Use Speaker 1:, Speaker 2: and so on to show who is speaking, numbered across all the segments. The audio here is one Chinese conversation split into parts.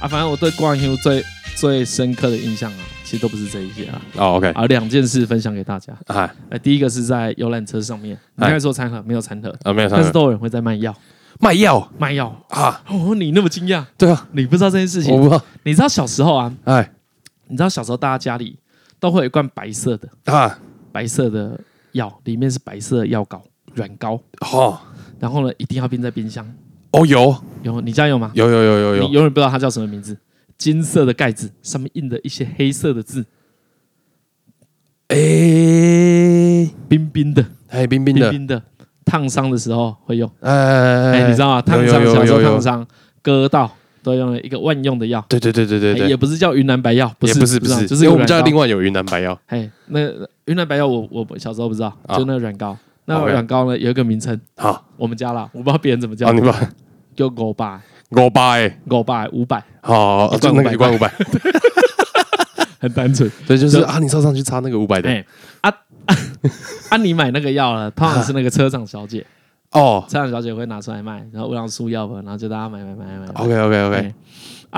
Speaker 1: 啊，反正我对关于最最深刻的印象啊，其实都不是这一些啊，
Speaker 2: 哦，OK，
Speaker 1: 啊，两件事分享给大家。
Speaker 2: 哎，
Speaker 1: 呃，第一个是在游览车上面，你
Speaker 2: 哎
Speaker 1: 刚才说餐盒没有餐盒，
Speaker 2: 啊，没有
Speaker 1: 但
Speaker 2: 上
Speaker 1: 是都有人会在卖药，
Speaker 2: 卖药
Speaker 1: 卖药。
Speaker 2: 啊，
Speaker 1: 哦，你那么惊讶，
Speaker 2: 对啊，
Speaker 1: 你不知道这件事
Speaker 2: 我
Speaker 1: 情？
Speaker 2: 不知道，
Speaker 1: 你知道小时候啊，
Speaker 2: 哎
Speaker 1: 你知道小时候大家家里都会有一罐白色的
Speaker 2: 啊，
Speaker 1: 白色的药，里面是白色的药膏软膏，哦
Speaker 2: 好，
Speaker 1: 然后呢一定要冰在冰箱。
Speaker 2: 哦，有
Speaker 1: 有你家有吗？
Speaker 2: 有有有有
Speaker 1: 你
Speaker 2: 有，
Speaker 1: 永远不知道它叫什么名字。金色的盖子上面印的一些黑色的字，
Speaker 2: 哎，
Speaker 1: 冰冰的，
Speaker 2: 哎，冰冰
Speaker 1: 冰
Speaker 2: 的，
Speaker 1: 冰的，烫伤的时候会用。
Speaker 2: 哎
Speaker 1: 哎，你知道吗？烫伤，
Speaker 2: 有有
Speaker 1: 小时
Speaker 2: 有
Speaker 1: 候烫
Speaker 2: 有，
Speaker 1: 伤、割到都用了一个万用的药，
Speaker 2: 对对对对对
Speaker 1: 哎也
Speaker 2: 对，
Speaker 1: 不是叫云南白药，不
Speaker 2: 也
Speaker 1: 是
Speaker 2: 不是不
Speaker 1: 啊
Speaker 2: 是，
Speaker 1: 就
Speaker 2: 因
Speaker 1: 是
Speaker 2: 为我们家
Speaker 1: 有
Speaker 2: 另外有云南白药，
Speaker 1: 哎，那个云南白药我我小时候不知道，
Speaker 2: 啊
Speaker 1: 就那个软膏，那个
Speaker 2: OK
Speaker 1: 软膏呢有一个名称，
Speaker 2: 好，
Speaker 1: 我们家啦，我不知道别人怎么叫
Speaker 2: 啊，，你把
Speaker 1: 就狗百、
Speaker 2: 五百，哎
Speaker 1: 狗百、五百，
Speaker 2: 好，
Speaker 1: 一罐
Speaker 2: 哦就那个
Speaker 1: 500
Speaker 2: 一罐 五百，
Speaker 1: 很单纯。
Speaker 2: 对，就
Speaker 1: 就是
Speaker 2: 啊，你上上去插那个五百的，
Speaker 1: 哎，啊啊，你买那个药了，通常是那个车长小姐，
Speaker 2: 哦
Speaker 1: 车长小姐会拿出来卖，然后乌朗素药粉，然后就大家买买买买买。
Speaker 2: ，OK OK OK，
Speaker 1: 哎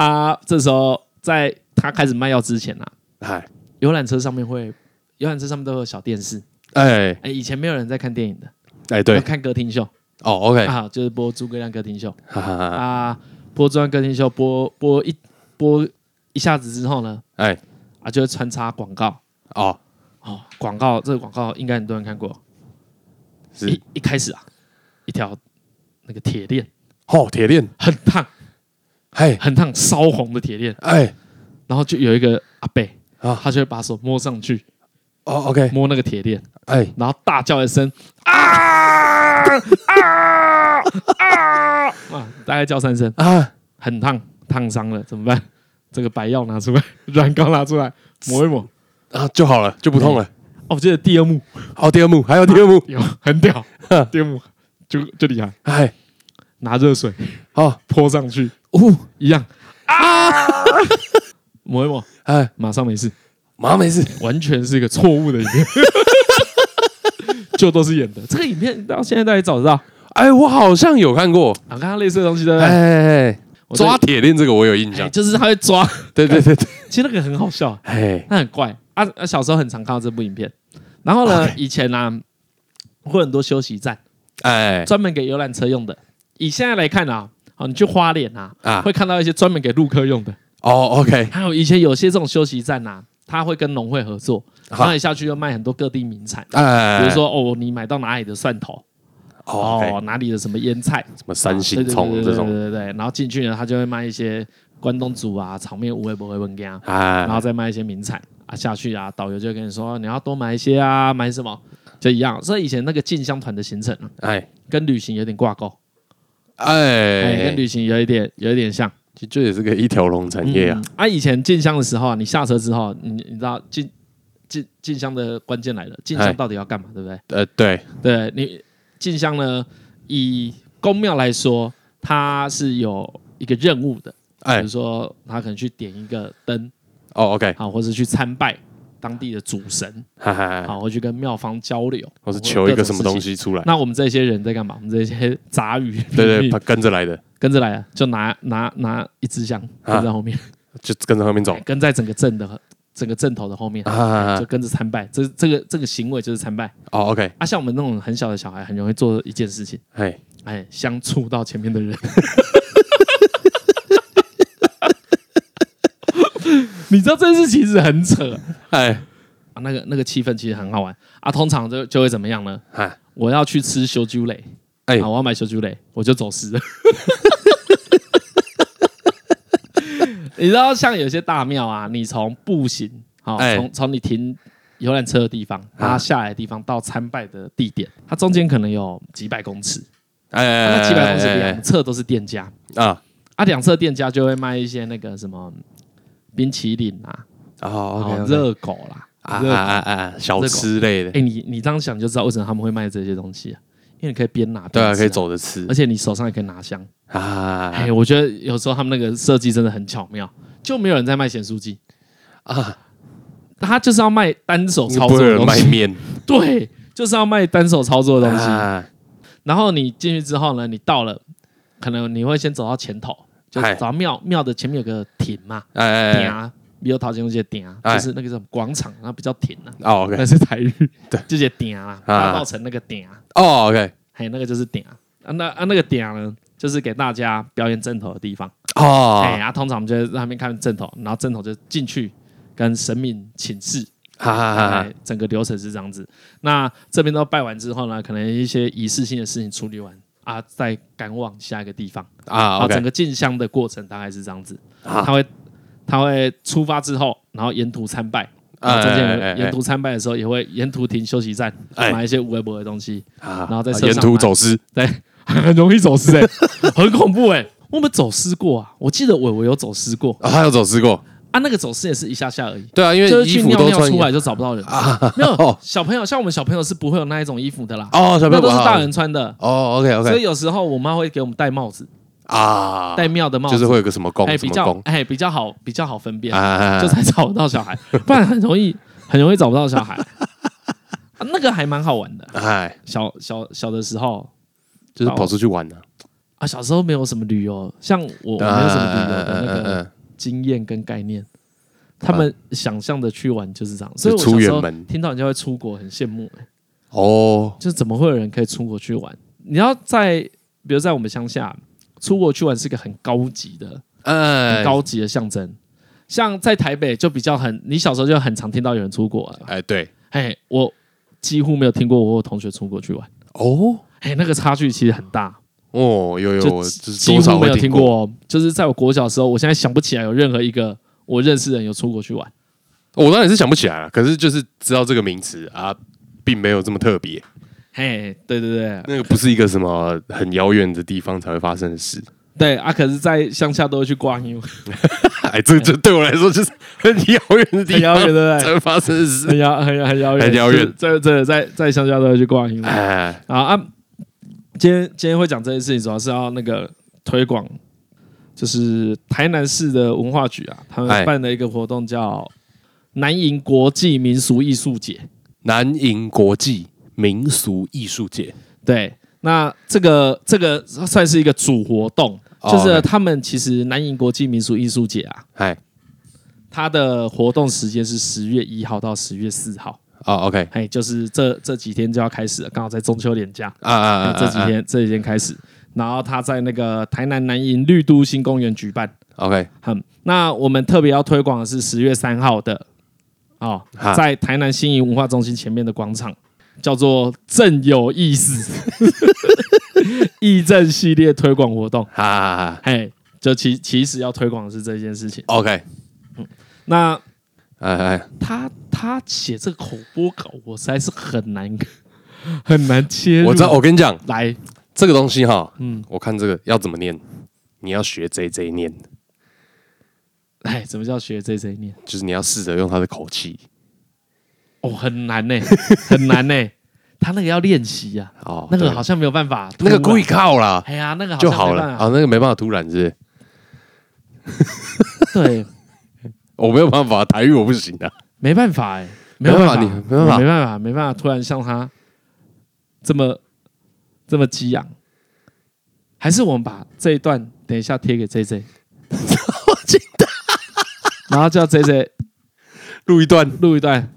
Speaker 1: 啊，这时候在他开始卖药之前啊，
Speaker 2: 哎
Speaker 1: 游览车上面会，游览车上面都有小电视。
Speaker 2: 哎
Speaker 1: 哎，以前没有人在看电影的，
Speaker 2: 哎，
Speaker 1: 要
Speaker 2: 对，
Speaker 1: 看歌厅秀
Speaker 2: 哦，OK，
Speaker 1: 啊，就是播诸葛亮歌厅秀
Speaker 2: 哈哈哈，
Speaker 1: 啊，播诸葛亮歌厅秀，播播一播一下子之后呢，
Speaker 2: 哎，
Speaker 1: 啊，就会穿插广告
Speaker 2: 哦，
Speaker 1: 哦，广告这个广告应该很多人看过，
Speaker 2: 是
Speaker 1: 一一开始啊，一条那个铁链
Speaker 2: 哦，铁链，
Speaker 1: 很烫
Speaker 2: 嘿，
Speaker 1: 很烫烧红的铁链，
Speaker 2: 哎，
Speaker 1: 然后就有一个阿伯
Speaker 2: 啊
Speaker 1: 他就会把手摸上去，
Speaker 2: 哦，OK，
Speaker 1: 摸那个铁链，
Speaker 2: 哎，
Speaker 1: 然后大叫一声啊啊啊啊！大概叫三声，
Speaker 2: 啊，
Speaker 1: 很烫，烫伤了怎么办？这个白药拿出来，软膏拿出来抹一抹。
Speaker 2: 啊，就好了，就不痛了。
Speaker 1: 哦哦，我记得第二幕
Speaker 2: 嗯好，第二幕还有第二幕，
Speaker 1: 有很 屌，第二幕就就厉害，
Speaker 2: 哎，
Speaker 1: 拿热水
Speaker 2: 好，
Speaker 1: 泼上去
Speaker 2: 哦，
Speaker 1: 一样啊，啊抹一抹，
Speaker 2: 哎，
Speaker 1: 马上没事，
Speaker 2: 马上没事。
Speaker 1: 完全是一个错误的影 片，就都是演的。这个影片到现在到底找得到？
Speaker 2: 哎，我好像有看过，
Speaker 1: 啊，刚刚类似的东西对不对？
Speaker 2: 哎，
Speaker 1: 我对
Speaker 2: 抓铁链这个我有印
Speaker 1: 哎
Speaker 2: 象，
Speaker 1: 就是他会抓，
Speaker 2: 对对对对，
Speaker 1: 其实那个很好笑，
Speaker 2: 哎，
Speaker 1: 那很怪啊。啊小时候很常看到这部影片，然后呢
Speaker 2: OK
Speaker 1: 以前啊，会很多休息站
Speaker 2: 哎
Speaker 1: 专门给游览车用的。以现在来看啊，好，你去花莲啊，
Speaker 2: 啊，
Speaker 1: 会看到一些专门给陆客用的。
Speaker 2: 哦，OK，
Speaker 1: 还有以前有些这种休息站啊，他会跟农会合作，然
Speaker 2: 好
Speaker 1: 后你下去又卖很多各地名产，
Speaker 2: 哎，
Speaker 1: 比如说哦，你买到哪里的蒜头，
Speaker 2: 哦
Speaker 1: 哦，
Speaker 2: ，OK，
Speaker 1: 哪里的什么腌菜，
Speaker 2: 什么三
Speaker 1: 啊
Speaker 2: 星葱这
Speaker 1: 对
Speaker 2: 种，
Speaker 1: 对对对对对。然后进去呢，他就会卖一些关东煮啊、炒面、无味不会文羹啊，
Speaker 2: 哎
Speaker 1: 然，后再卖一些名产啊下去啊，导游就跟你说你要多买一些啊，买什么就一样。所以以前那个进香团的行程啊
Speaker 2: 哎，
Speaker 1: 跟旅行有点挂钩，哎，跟
Speaker 2: 哎，
Speaker 1: 旅行有一点有一点像。
Speaker 2: 这这也是个一条龙产业啊
Speaker 1: 嗯，啊，以前进香的时候啊，你下车之后，你你知道进进进香的关键来了，进
Speaker 2: 哎
Speaker 1: 香到底要干嘛，对不对？
Speaker 2: 呃，对，
Speaker 1: 对你进香呢，以宫庙来说，它是有一个任务的，比
Speaker 2: 哎
Speaker 1: 如，说他可能去点一个灯
Speaker 2: 哦，OK，
Speaker 1: 啊，或者去参拜当地的主神
Speaker 2: 哈哈，
Speaker 1: 啊，或去跟庙方交流，
Speaker 2: 哎我是求一个什么东
Speaker 1: 西。
Speaker 2: 西出来，
Speaker 1: 那我们这些人在干嘛？我们这些杂鱼，平
Speaker 2: 对对，
Speaker 1: 民
Speaker 2: 他跟着来的，
Speaker 1: 跟着来啊，就拿拿拿一支香
Speaker 2: 啊
Speaker 1: 跟在后面，
Speaker 2: 就跟着后面走，
Speaker 1: 跟在整个镇的整个镇头的后面，
Speaker 2: 啊
Speaker 1: 就，跟着参拜。这这个这个行为就是参拜
Speaker 2: 哦，OK，
Speaker 1: 啊。像我们那种很小的小孩，很容易做一件事情，
Speaker 2: 哎，
Speaker 1: 哎，相触到前面的人。 你知道这件事其实很扯
Speaker 2: 哎，
Speaker 1: 啊，那个那个气氛其实很好玩啊。通常就就会怎么样呢？
Speaker 2: 哎，
Speaker 1: 我要去吃修猪蕾，
Speaker 2: 哎
Speaker 1: 啊，我要买修猪蕾，我就走失了。 你知道，像有些大庙啊，你从步行，好、
Speaker 2: 哎啊
Speaker 1: 从从你停游览车的地方，然后下来的地方到参拜的地点，它中间可能有几百公尺，
Speaker 2: 哎，
Speaker 1: 那
Speaker 2: 哎
Speaker 1: 几百公尺
Speaker 2: 哎
Speaker 1: 两侧都是店家，
Speaker 2: 哎啊，
Speaker 1: 啊，两侧店家就会卖一些那个什么冰淇淋啊，然
Speaker 2: 哦
Speaker 1: 后
Speaker 2: ，OK，
Speaker 1: 热狗啦，
Speaker 2: 啊
Speaker 1: 热
Speaker 2: 啊啊啊，小吃类的，
Speaker 1: 哎，你你这样想就知道为什么他们会卖这些东西啊，因为你可以边拿
Speaker 2: 对
Speaker 1: 边
Speaker 2: 啊，
Speaker 1: 吃
Speaker 2: 可以，走着吃
Speaker 1: 而且你手上也可以拿香。
Speaker 2: 啊
Speaker 1: 哎，我觉得有时候他们那个设计真的很巧妙，就没有人在卖咸酥鸡，
Speaker 2: 啊，
Speaker 1: 他就是要卖单手操作
Speaker 2: 不
Speaker 1: 的
Speaker 2: 会有人
Speaker 1: 东
Speaker 2: 卖
Speaker 1: 西，
Speaker 2: 面
Speaker 1: 对，就是要卖单手操作的东西。
Speaker 2: 啊
Speaker 1: 然后你进去之后呢，你到了，可能你会先走到前头，就是
Speaker 2: 嗨
Speaker 1: 找庙庙的前面有个亭嘛，
Speaker 2: 哎哎
Speaker 1: 亭
Speaker 2: 哎，
Speaker 1: 啊，比如桃金街亭啊，
Speaker 2: 哎
Speaker 1: 就是那个什么广场，然后比较亭啊，
Speaker 2: 哦，OK，
Speaker 1: 那是台语，
Speaker 2: 对，
Speaker 1: 就是顶啊，
Speaker 2: 啊
Speaker 1: 大稻城那个顶啊，
Speaker 2: 哦，OK，
Speaker 1: 还有那个就是顶啊，啊那啊那个顶呢，就是给大家表演正头的地方，哎，
Speaker 2: 哦，
Speaker 1: 然后通常我们就在那边看正头，然后正头就进去跟神明请示，
Speaker 2: 哈哈哈哈
Speaker 1: 哎，整个流程是这样子。那这边都拜完之后呢，可能一些仪式性的事情处理完啊，再赶往下一个地方，然
Speaker 2: 啊
Speaker 1: 后整
Speaker 2: ，OK，
Speaker 1: 个进香的过程大概是这样子，
Speaker 2: 啊
Speaker 1: 他会他会出发之后，然后沿途参拜。然后中间有沿途参拜的时候，也会沿途停休息站
Speaker 2: 哎
Speaker 1: 买一些无微博的东西，
Speaker 2: 然
Speaker 1: 然后在车上
Speaker 2: 沿途走失，
Speaker 1: 对， 很容易走失
Speaker 2: 欸
Speaker 1: 哎、很恐怖哎、我们走失过啊，我记得我我有走失过
Speaker 2: 啊，他有走失过，
Speaker 1: 啊，那个走失也是一下下而已，
Speaker 2: 对啊，因为
Speaker 1: 就是
Speaker 2: 衣
Speaker 1: 去
Speaker 2: 服
Speaker 1: 尿
Speaker 2: 都
Speaker 1: 尿
Speaker 2: 穿一
Speaker 1: 出
Speaker 2: 样
Speaker 1: 来就找不到人啊。
Speaker 2: 啊，
Speaker 1: 没有
Speaker 2: 哦
Speaker 1: 小朋友，像我们小朋友是不会有那一种衣服的啦，
Speaker 2: 哦，小朋
Speaker 1: 那
Speaker 2: 友
Speaker 1: 都是
Speaker 2: 啊
Speaker 1: 大人穿的。
Speaker 2: 哦，OK
Speaker 1: 所
Speaker 2: OK
Speaker 1: 以有时候我妈会给我们戴帽子，
Speaker 2: 啊，
Speaker 1: 戴庙的帽
Speaker 2: 就
Speaker 1: 子，
Speaker 2: 是会有个什么宫
Speaker 1: 哎
Speaker 2: 什
Speaker 1: 比
Speaker 2: 么
Speaker 1: 较
Speaker 2: 宫
Speaker 1: 哎比较好比较好分辨，
Speaker 2: 啊，
Speaker 1: 就才找得到 小孩，不然很容易很容易找不到小孩。啊那个还蛮好玩的，
Speaker 2: 哎，
Speaker 1: 小小小的时候
Speaker 2: 就是跑出去玩呢，
Speaker 1: 啊，小时候没有什么旅游，像我我没有什么旅游
Speaker 2: 啊
Speaker 1: 的那个经验跟概念。他们想象的去玩就是这样，所以我小
Speaker 2: 啊出
Speaker 1: 时
Speaker 2: 远
Speaker 1: 候
Speaker 2: 门
Speaker 1: 听到人家会出国，很羡慕、欸，
Speaker 2: 哦，
Speaker 1: 就是怎么会有人可以出国去玩？你要在比如在我们乡下，出国去玩是一个很高级的、很
Speaker 2: 哎，
Speaker 1: 高级的象征。像在台北就比较很，你小时候就很常听到有人出国了，
Speaker 2: 哎对，
Speaker 1: 哎，我几乎没有听过我有同学出国去玩，
Speaker 2: 哦
Speaker 1: 哎，那个差距其实很大。
Speaker 2: 哦，有有，
Speaker 1: 就
Speaker 2: 我就是
Speaker 1: 几
Speaker 2: 多
Speaker 1: 乎
Speaker 2: 少
Speaker 1: 没有
Speaker 2: 会
Speaker 1: 听
Speaker 2: 过
Speaker 1: 过，就是在我国小的时候，我现在想不起来有任何一个我认识的人有出国去玩。
Speaker 2: 哦我当然是想不起来了，啊可是就是知道这个名词啊，并没有这么特别。
Speaker 1: 嘿，对对对
Speaker 2: 那个不是一个什么很遥远的地方才会发生的事。
Speaker 1: 对啊！可是，在乡下都会去 逛游，
Speaker 2: 哎，这这对我来说就是很遥远的地
Speaker 1: 很遥
Speaker 2: 方
Speaker 1: 远，对不
Speaker 2: 才
Speaker 1: 对？
Speaker 2: 会发生的事。
Speaker 1: 很遥很遥很遥远，
Speaker 2: 很遥远
Speaker 1: 这这 在在乡下都会去逛游啊
Speaker 2: 哎，
Speaker 1: 啊！今天今天会讲这件事情，主要是要那个推广，就是台南市的文化局啊，他们
Speaker 2: 哎
Speaker 1: 办了一个活动叫南营国际民俗艺术节。
Speaker 2: 南瀛国际民俗艺术节
Speaker 1: 对，那这个这个算是一个主活动，
Speaker 2: 哦
Speaker 1: 就是
Speaker 2: 对
Speaker 1: 他们其实南瀛国际民俗艺术节啊，
Speaker 2: 嗨，
Speaker 1: 它的活动时间是十月一号到十月四号，
Speaker 2: 哦，OK，
Speaker 1: 哎，就是这这几天就要开始了，刚好在中秋连假，
Speaker 2: 啊啊啊，啊
Speaker 1: 这几天这几天开始，然后它在那个台南南瀛绿都新公园举办。
Speaker 2: 啊，OK，
Speaker 1: 嗯，那我们特别要推广的是十月三号的哦，
Speaker 2: 哈
Speaker 1: 在台南新营文化中心前面的广场，叫做“正有意思” 义正系列推广活动。
Speaker 2: 哈哈哈哈
Speaker 1: 嘿，就其其实要推广的是这件事情。
Speaker 2: ，OK，
Speaker 1: 那
Speaker 2: 哎哎，
Speaker 1: 他他写这口播稿，我实在是很难很难切入。
Speaker 2: 我知道，我跟你讲，
Speaker 1: 来
Speaker 2: 这个东西哈，嗯，我看这个要怎么念，你要学 J J 念，
Speaker 1: 哎，怎么叫学 J J 念？
Speaker 2: 就是你要试着用他的口气
Speaker 1: 哦，很难呢、很难呢、他那个要练习呀，
Speaker 2: 哦，
Speaker 1: 那个
Speaker 2: 对
Speaker 1: 好像没有办法。啊
Speaker 2: 那个故意靠啦，
Speaker 1: 哎呀，那个
Speaker 2: 就
Speaker 1: 像
Speaker 2: 好
Speaker 1: 没
Speaker 2: 了
Speaker 1: 办
Speaker 2: 啊，那个没办法突然是不是
Speaker 1: 法。对，
Speaker 2: 我没有办法，台语我不行的、
Speaker 1: 没办法哎，
Speaker 2: 没
Speaker 1: 有
Speaker 2: 办法
Speaker 1: 法，
Speaker 2: 你没办法
Speaker 1: 没办法，没办法，突然像他这么这么激昂，还是我们把这一段等一下贴给 J J，然后叫 J J
Speaker 2: 录一段，
Speaker 1: 录一段。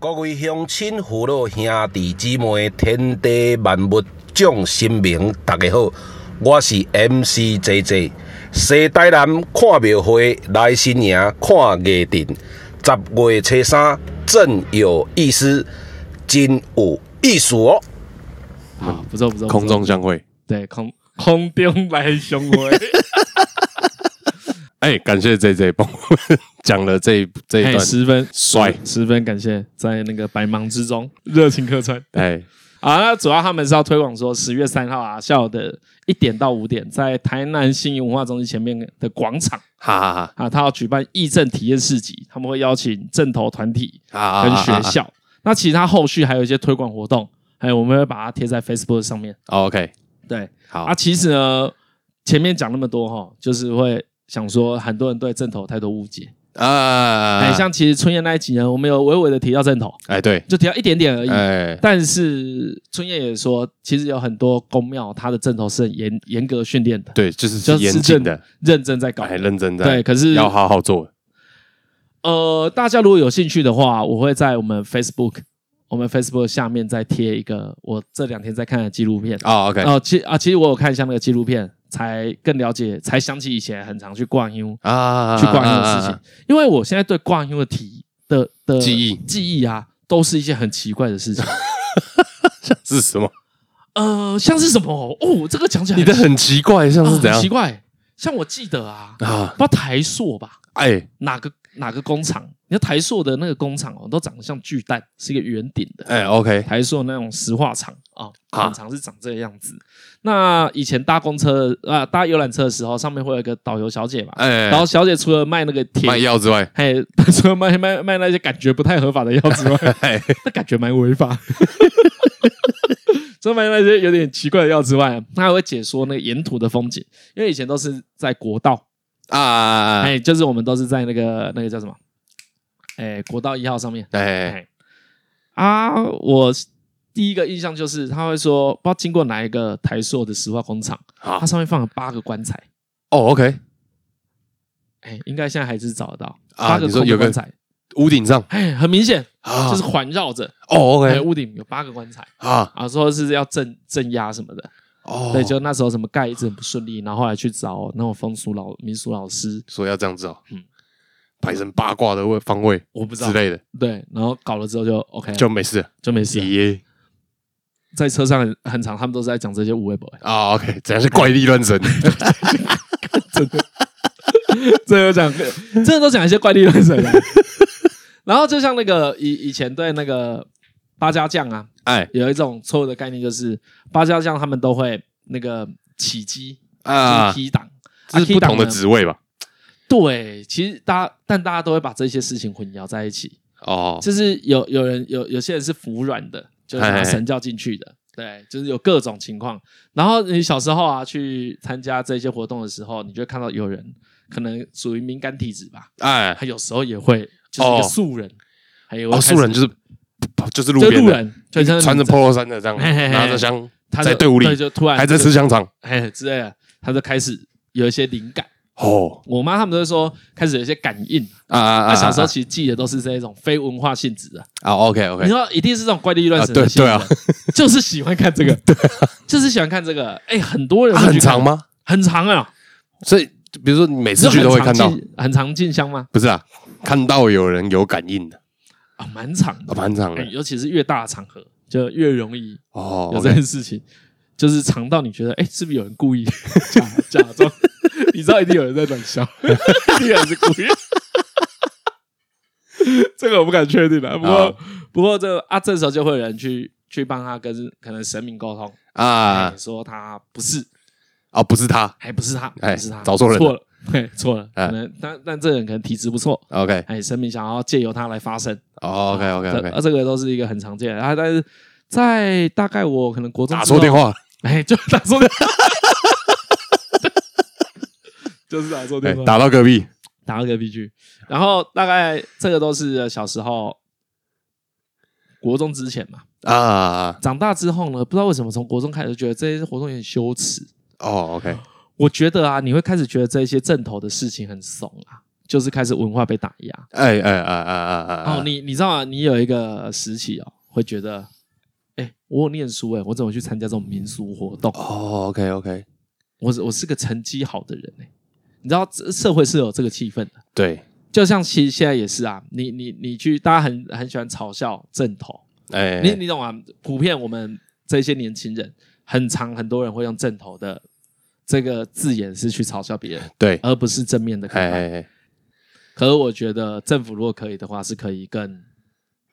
Speaker 3: 各位乡亲、父老、兄弟姊妹、天地万物、众神明，大家好，我是 MC JJ，西台南看庙会，来新营看艺阵，十月初三正有意思，真有意思哦。
Speaker 1: 好，不错不错，不错
Speaker 2: 嗯空中相会。
Speaker 1: 对空空中来雄威，
Speaker 2: 哎、感谢 J J 帮我们讲了这一这一
Speaker 1: 哎，
Speaker 2: 段，
Speaker 1: 十分
Speaker 2: 帅
Speaker 1: 十分感谢，在那个百忙之中热情客串。
Speaker 2: 哎
Speaker 1: 啊，那主要他们是要推广说，十月三号啊，下午的一点到五点，在台南新营文化中心前面的广场
Speaker 2: 哈哈哈
Speaker 1: 啊，他要举办义政体验市集，他们会邀请正头团体
Speaker 2: 哈
Speaker 1: 跟
Speaker 2: 哈
Speaker 1: 学校。那其实他后续还有一些推广活动，还有我们会把它贴在 Facebook 上面。
Speaker 2: 哦，OK，
Speaker 1: 对
Speaker 2: 好
Speaker 1: 啊，其实呢，前面讲那么多哈，就是会想说很多人对正头有太多误解，
Speaker 2: 啊，
Speaker 1: 哎，像其实春燕那一集呢，我们有微微的提到正统，
Speaker 2: 哎对，
Speaker 1: 就提到一点点而已。
Speaker 2: 哎
Speaker 1: 但是春燕也说，其实有很多宫庙，它的正统是很严严格训练的，
Speaker 2: 对，就是
Speaker 1: 就是
Speaker 2: 严谨的，
Speaker 1: 认真在搞。
Speaker 2: 哎认真在，
Speaker 1: 对，可是
Speaker 2: 要好好做。
Speaker 1: 呃，大家如果有兴趣的话，我会在我们 Facebook，我们 Facebook 下面再贴一个我这两天在看的纪录片。
Speaker 2: 哦，OK
Speaker 1: 哦，其啊，其实我有看一下那个纪录片，才更了解，才想起以前很常去逛 U
Speaker 2: 啊，
Speaker 1: 去逛 U 的事
Speaker 2: 啊
Speaker 1: 情，，因为我现在对逛 U 的体的的
Speaker 2: 记忆
Speaker 1: 记忆啊，都是一些很奇怪的事情。
Speaker 2: 啊是什么？
Speaker 1: 呃，像是什么哦，这个讲起来
Speaker 2: 你的很奇怪，像
Speaker 1: 啊
Speaker 2: 是怎样
Speaker 1: 很奇怪，像我记得啊，
Speaker 2: 啊
Speaker 1: 不？知道台塑吧，
Speaker 2: 哎
Speaker 1: 哪个哪个工厂？你看台塑的那个工厂哦，都长得像巨蛋，是一个圆顶的。
Speaker 2: 哎，OK，
Speaker 1: 台塑那种石化厂啊，
Speaker 2: 啊
Speaker 1: 很常是长这个样子。那以前搭公车啊、搭游览车的时候，上面会有一个导游小姐嘛，
Speaker 2: 哎，
Speaker 1: 然后小姐除了卖那个铁，
Speaker 2: 卖药之外，
Speaker 1: 还 除了卖卖卖那些感觉不太合法的药之外，
Speaker 2: 哎
Speaker 1: 那感觉蛮违法。 除了卖那些有点奇怪的药之外，她还会解说那个沿途的风景，因为以前都是在国道，
Speaker 2: 啊，
Speaker 1: 哎，就是我们都是在那个那个叫什么，哎，国道一号上面。
Speaker 2: 哎
Speaker 1: 哎啊，我第一个印象就是他会说，不知道经过哪一个台塑的石化工厂，
Speaker 2: 好
Speaker 1: 它上面放了八个棺材，
Speaker 2: 哦，OK，
Speaker 1: 哎，应该现在还是找得到
Speaker 2: 啊
Speaker 1: 八个
Speaker 2: 你说
Speaker 1: 空的
Speaker 2: 有个
Speaker 1: 棺材，
Speaker 2: 屋顶上
Speaker 1: 哎，很明显
Speaker 2: 啊，
Speaker 1: 就是环绕着，
Speaker 2: 哦
Speaker 1: 哎，
Speaker 2: ，OK
Speaker 1: 屋顶有八个棺材
Speaker 2: 啊，
Speaker 1: 啊，说是要镇镇压什么的，
Speaker 2: 哦，
Speaker 1: 对，就那时候什么盖一直很不顺利，然后后来去找那种风俗老民俗老师，
Speaker 2: 说要这样子哦
Speaker 1: 嗯，
Speaker 2: 摆成八卦的位方位
Speaker 1: 我不知道
Speaker 2: 之，类的，
Speaker 1: 对，然后搞了之后就 OK，
Speaker 2: 就没事了。
Speaker 1: 就没事了，
Speaker 2: 咦
Speaker 1: 在车上很很长，他们都是在讲这些无微博，
Speaker 2: 啊，OK，这样是怪力乱神
Speaker 1: 这有讲， 真的都讲一些怪力乱神的。 然后就像那个以以前对那个八家将啊，
Speaker 2: 哎
Speaker 1: 有一种错误的概念，就是八家将他们都会那个起机啊
Speaker 2: 啊，
Speaker 1: ，key 档，
Speaker 2: 这是不同的
Speaker 1: 字。
Speaker 2: 职位吧？
Speaker 1: 对，其实大家但大家都会把这些事情混淆在一起，
Speaker 2: 哦，
Speaker 1: 就是有有人有有些人是服软的，就是拿神教进去的。对，就是有各种情况。然后你小时候啊，去参加这些活动的时候，你就会看到有人可能属于敏感体质吧，
Speaker 2: 哎，
Speaker 1: 他有时候也会就是一个
Speaker 2: 哦
Speaker 1: 素人，还有
Speaker 2: 哦，素人就是就是路
Speaker 1: 就
Speaker 2: 边
Speaker 1: 路
Speaker 2: 的，
Speaker 1: 人，就像
Speaker 2: 穿着
Speaker 1: 你在
Speaker 2: polo 衫的这样，
Speaker 1: 嘿嘿嘿
Speaker 2: 拿着香
Speaker 1: 他就
Speaker 2: 在队伍
Speaker 1: 对
Speaker 2: 里，
Speaker 1: 就突然
Speaker 2: 还在吃
Speaker 1: 就
Speaker 2: 香肠。
Speaker 1: 哎之类的，他就开始有一些灵感。
Speaker 2: 哦
Speaker 1: 我妈他们都说开始有一些感应，
Speaker 2: 啊啊
Speaker 1: 她小时候其实记得都是这一种非文化性质的。
Speaker 2: 啊，OK
Speaker 1: 你
Speaker 2: OK，
Speaker 1: 说一定是这种怪力乱神
Speaker 2: 啊
Speaker 1: 的
Speaker 2: 对
Speaker 1: 性质
Speaker 2: 对啊，
Speaker 1: 就是喜欢看这 个，对，就是喜欢看这个。哎，很多人会去
Speaker 2: 啊很
Speaker 1: 看
Speaker 2: 长？吗？
Speaker 1: 很长啊，
Speaker 2: 所以比如说你每
Speaker 1: 你知
Speaker 2: 次
Speaker 1: 道
Speaker 2: 去都会
Speaker 1: 很
Speaker 2: 看
Speaker 1: 常
Speaker 2: 到，
Speaker 1: 进很常进香吗？
Speaker 2: 不是啊，看到有人有感应的，
Speaker 1: 啊，蛮长
Speaker 2: 啊
Speaker 1: 的，
Speaker 2: 蛮长
Speaker 1: 哎
Speaker 2: 的
Speaker 1: 尤其是越大的场合就越容易
Speaker 2: 哦
Speaker 1: 有这
Speaker 2: ，OK，
Speaker 1: 件事情，就是长到你觉得，哎、是不是有人故意 假假装？ 你知道一定有人在冷笑， 一定有人是故意。 这个我不敢确定啊了，不过、
Speaker 2: 好
Speaker 1: 不过这啊，这时候就会有人去去帮他跟可能神明沟通，哎
Speaker 2: 啊
Speaker 1: 说他不是，
Speaker 2: 啊，不是他
Speaker 1: 还不是他，
Speaker 2: 哎
Speaker 1: 不是他，
Speaker 2: 找错人了
Speaker 1: 错了， 嘿，错了，
Speaker 2: 哎
Speaker 1: 可能但但这个人可能体质不错，
Speaker 2: ，OK
Speaker 1: 哎，神明想要借由他来发声，
Speaker 2: 哦 OK OK
Speaker 1: 这
Speaker 2: OK，
Speaker 1: 啊，这个都是一个很常见的，啊，但是在大概我可能国中
Speaker 2: 打
Speaker 1: 之后
Speaker 2: 错电话，
Speaker 1: 哎，就 打错电话，就是打错
Speaker 2: 哎
Speaker 1: 电话，，
Speaker 2: 打到隔壁，
Speaker 1: 打到隔壁去。然后大概这个都是小时候国中之前嘛，
Speaker 2: 啊，
Speaker 1: 长大之后呢，不知道为什么从国中开始就觉得这些活动有点羞耻。
Speaker 2: 哦，OK，
Speaker 1: 我觉得啊，你会开始觉得这些正头的事情很怂啊，就是开始文化被打压。
Speaker 2: 哎哎哎哎哎哎，
Speaker 1: 哦，你你知道、啊，你有一个时期哦，会觉得，哎，我有念书哎、我怎么去参加这种民俗活动？
Speaker 2: 哦，OK OK，
Speaker 1: 我是我是个成绩好的人哎、你知道这社会是有这个气氛的，
Speaker 2: 对，
Speaker 1: 就像其实现在也是啊，你你你去，大家很很喜欢嘲笑正头，
Speaker 2: 哎，
Speaker 1: 你你懂吗？普遍我们这些年轻人，很常很多人会用正头的这个字眼是去嘲笑别人，
Speaker 2: 对，
Speaker 1: 而不是正面的
Speaker 2: 哎
Speaker 1: 看待。
Speaker 2: 哎哎，
Speaker 1: 可是我觉得政府如果可以的话，是可以更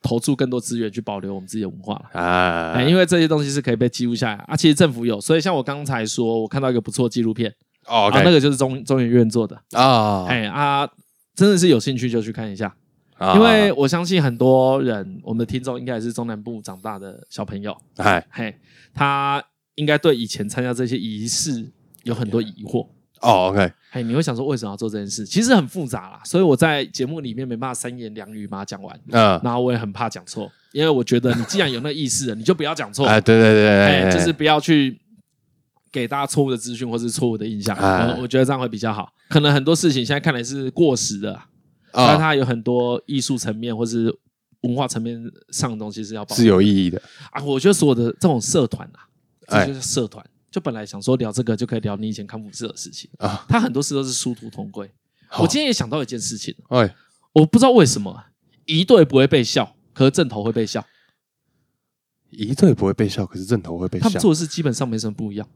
Speaker 1: 投注更多资源去保留我们自己的文化啦
Speaker 2: 啊，
Speaker 1: 哎，因为这些东西是可以被记录下来啊。其实政府有，所以像我刚才说，我看到一个不错纪录片，
Speaker 2: 哦
Speaker 1: 啊，那
Speaker 2: ，OK，
Speaker 1: 个就是中中研院做的，
Speaker 2: 啊，
Speaker 1: 哎啊，真的是有兴趣就去看一下，
Speaker 2: 啊
Speaker 1: 因为我相信很多人，我们的听众应该也是中南部长大的小朋友，
Speaker 2: 哎，
Speaker 1: 嘿，他应该对以前参加这些仪式有很多疑惑，
Speaker 2: 哦，OK，
Speaker 1: 哎，你会想说为什么要做这件事？其实很复杂啦，所以我在节目里面没办法三言两语把它讲完，
Speaker 2: 嗯，
Speaker 1: 然后我也很怕讲错，因为我觉得你既然有那意识了，你就不要讲错，
Speaker 2: 哎，对对对
Speaker 1: 哎，
Speaker 2: 对，
Speaker 1: 就是不要去给大家错误的资讯或是错误的印象，
Speaker 2: 哎
Speaker 1: 我我觉得这样会比较好。可能很多事情现在看来是过时的啊，但
Speaker 2: 啊，
Speaker 1: 它有很多艺术层面或是文化层面上的东西是要保护
Speaker 2: 是有意义的，
Speaker 1: 啊。我觉得所有的这种社团啊，这
Speaker 2: 哎
Speaker 1: 就是社团。就本来想说聊这个就可以聊你以前康复社的事情
Speaker 2: 啊
Speaker 1: 他很多事都是殊途同归。
Speaker 2: 好
Speaker 1: 我今天也想到一件事情，
Speaker 2: 哎，
Speaker 1: 我不知道为什么一队不会被笑，可是正头会被笑。
Speaker 2: 一队不会被笑，可是正头会被
Speaker 1: 他们
Speaker 2: 笑。
Speaker 1: 做的事基本上没什么不一样。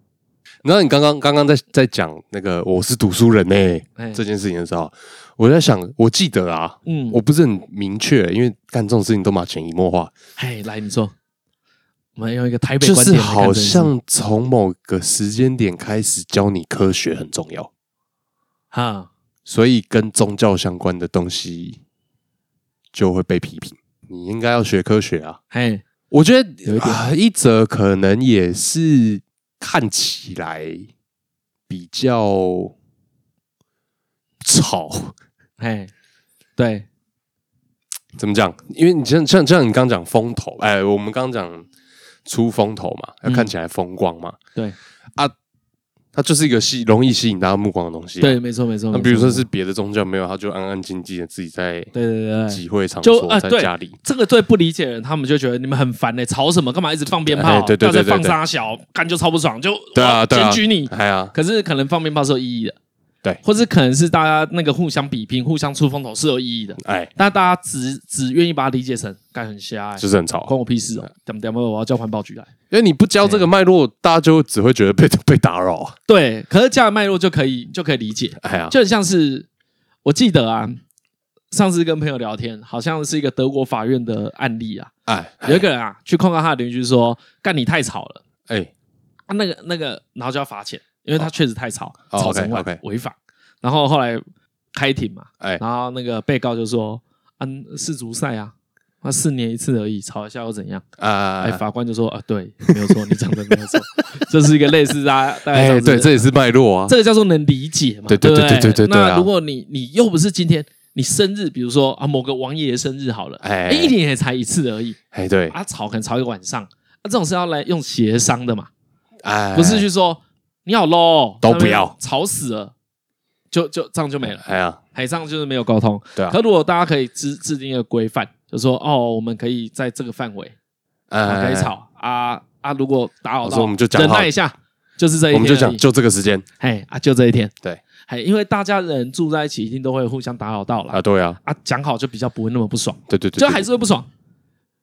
Speaker 2: 然后你刚刚刚刚在在讲那个我是读书人呢、
Speaker 1: 哎
Speaker 2: 这件事情的时候，我在想，我记得啊，
Speaker 1: 嗯，
Speaker 2: 我不是很明确，因为干这种事情都蛮潜移默化，
Speaker 1: 哎，来你说，我们用一个台北
Speaker 2: 就
Speaker 1: 观
Speaker 2: 是
Speaker 1: 点来看
Speaker 2: 好
Speaker 1: 这件事
Speaker 2: 像从某个时间点开始教你科学很重要，
Speaker 1: 哈，
Speaker 2: 所以跟宗教相关的东西就会被批评。你应该要学科学啊，
Speaker 1: 哎，
Speaker 2: 我觉得
Speaker 1: 有一点
Speaker 2: 啊、一则可能也是看起来比较吵。
Speaker 1: 哎，对，
Speaker 2: 怎么讲？因为你像像像你刚讲风头，哎，我们刚讲出风头嘛，要
Speaker 1: 嗯
Speaker 2: 看起来风光嘛，
Speaker 1: 对，
Speaker 2: 它就是一个吸容易吸引大家目光的东西、啊
Speaker 1: 对，，没错，没错。
Speaker 2: 那
Speaker 1: 没
Speaker 2: 比如
Speaker 1: 错
Speaker 2: 说是，别的宗教没有，他就安安静静的自己在
Speaker 1: 对对对对，
Speaker 2: 集会场
Speaker 1: 就
Speaker 2: 所，
Speaker 1: 啊
Speaker 2: 在
Speaker 1: 对
Speaker 2: 家里。
Speaker 1: 这个对不理解的人，他们就觉得你们很烦嘞，吵什么？干嘛一直放鞭
Speaker 2: 哎
Speaker 1: 炮？
Speaker 2: 对对
Speaker 1: 到底在
Speaker 2: 对对
Speaker 1: 放
Speaker 2: 对
Speaker 1: 沙小，干就超不爽，就
Speaker 2: 对啊，
Speaker 1: 哇
Speaker 2: 对啊，
Speaker 1: 哦检举你。
Speaker 2: 哎呀，
Speaker 1: 可是可能放鞭炮是有意义的，
Speaker 2: 对
Speaker 1: 或是可能是大家那个互相比拼、互相出风头是有意义的，
Speaker 2: 哎，
Speaker 1: 但大家只只愿意把它理解成干很瞎，哎
Speaker 2: 就是很吵。
Speaker 1: 关我屁事哦！点点我要叫环保局来。
Speaker 2: 因为你不教这个脉络，大家就只会觉得被被打扰。
Speaker 1: 对，可是这样的脉络就可以就可以理解，
Speaker 2: 哎呀，
Speaker 1: 就很像是我记得啊，上次跟朋友聊天，好像是一个德国法院的案例啊，
Speaker 2: 哎
Speaker 1: 有一个人啊去控告他的邻居说：“干你太吵了
Speaker 2: 哎，
Speaker 1: 啊！”那个那个，然后就要罚钱，因为他确实太吵，
Speaker 2: 哦
Speaker 1: 吵成
Speaker 2: OK，
Speaker 1: 晚
Speaker 2: OK
Speaker 1: 违法。然后后来开庭嘛，
Speaker 2: 哎
Speaker 1: 然后那个被告就说：“嗯，世足赛啊，那四年一次而已，吵一下又怎样？”
Speaker 2: 啊
Speaker 1: 哎，，法官就说：“啊，对，没有错，你讲的没有 错，这是一个类似啊，大概这
Speaker 2: 哎，
Speaker 1: 样子
Speaker 2: 对，这也是脉络啊。
Speaker 1: 这个叫做能理解嘛？
Speaker 2: 对
Speaker 1: 对
Speaker 2: 对
Speaker 1: 不
Speaker 2: 对对对对对啊
Speaker 1: 那如果你你又不是今天你生日，比如说啊某个王爷生日好了，
Speaker 2: 哎
Speaker 1: 哎，一年也才一次而已，
Speaker 2: 哎，对，
Speaker 1: 啊吵可能吵一个晚上，啊这种是要来用协商的嘛，
Speaker 2: 哎，
Speaker 1: 不是去说你好 low
Speaker 2: 都不要
Speaker 1: 吵死了，就就这样就没了，
Speaker 2: 哎呀，
Speaker 1: 海上就是没有沟通。
Speaker 2: 对啊
Speaker 1: 可，如果大家可以制制定一个规范，就说哦我们可以在这个范围啊可以
Speaker 2: 哎，
Speaker 1: 吵啊啊，如果打扰
Speaker 2: 我
Speaker 1: 到，
Speaker 2: 说我们就讲
Speaker 1: 忍
Speaker 2: 好
Speaker 1: 耐一下，就是这一
Speaker 2: 我
Speaker 1: 天而已，
Speaker 2: 们就讲就这个时间
Speaker 1: 哎啊，就这一天。
Speaker 2: 对，
Speaker 1: 哎，因为大家人住在一起，一定都会互相打扰到
Speaker 2: 啊，
Speaker 1: 啦。
Speaker 2: 对啊，
Speaker 1: 啊，讲好就比较不会那么不爽，
Speaker 2: 对对对，
Speaker 1: 就
Speaker 2: 对
Speaker 1: 还是会不爽。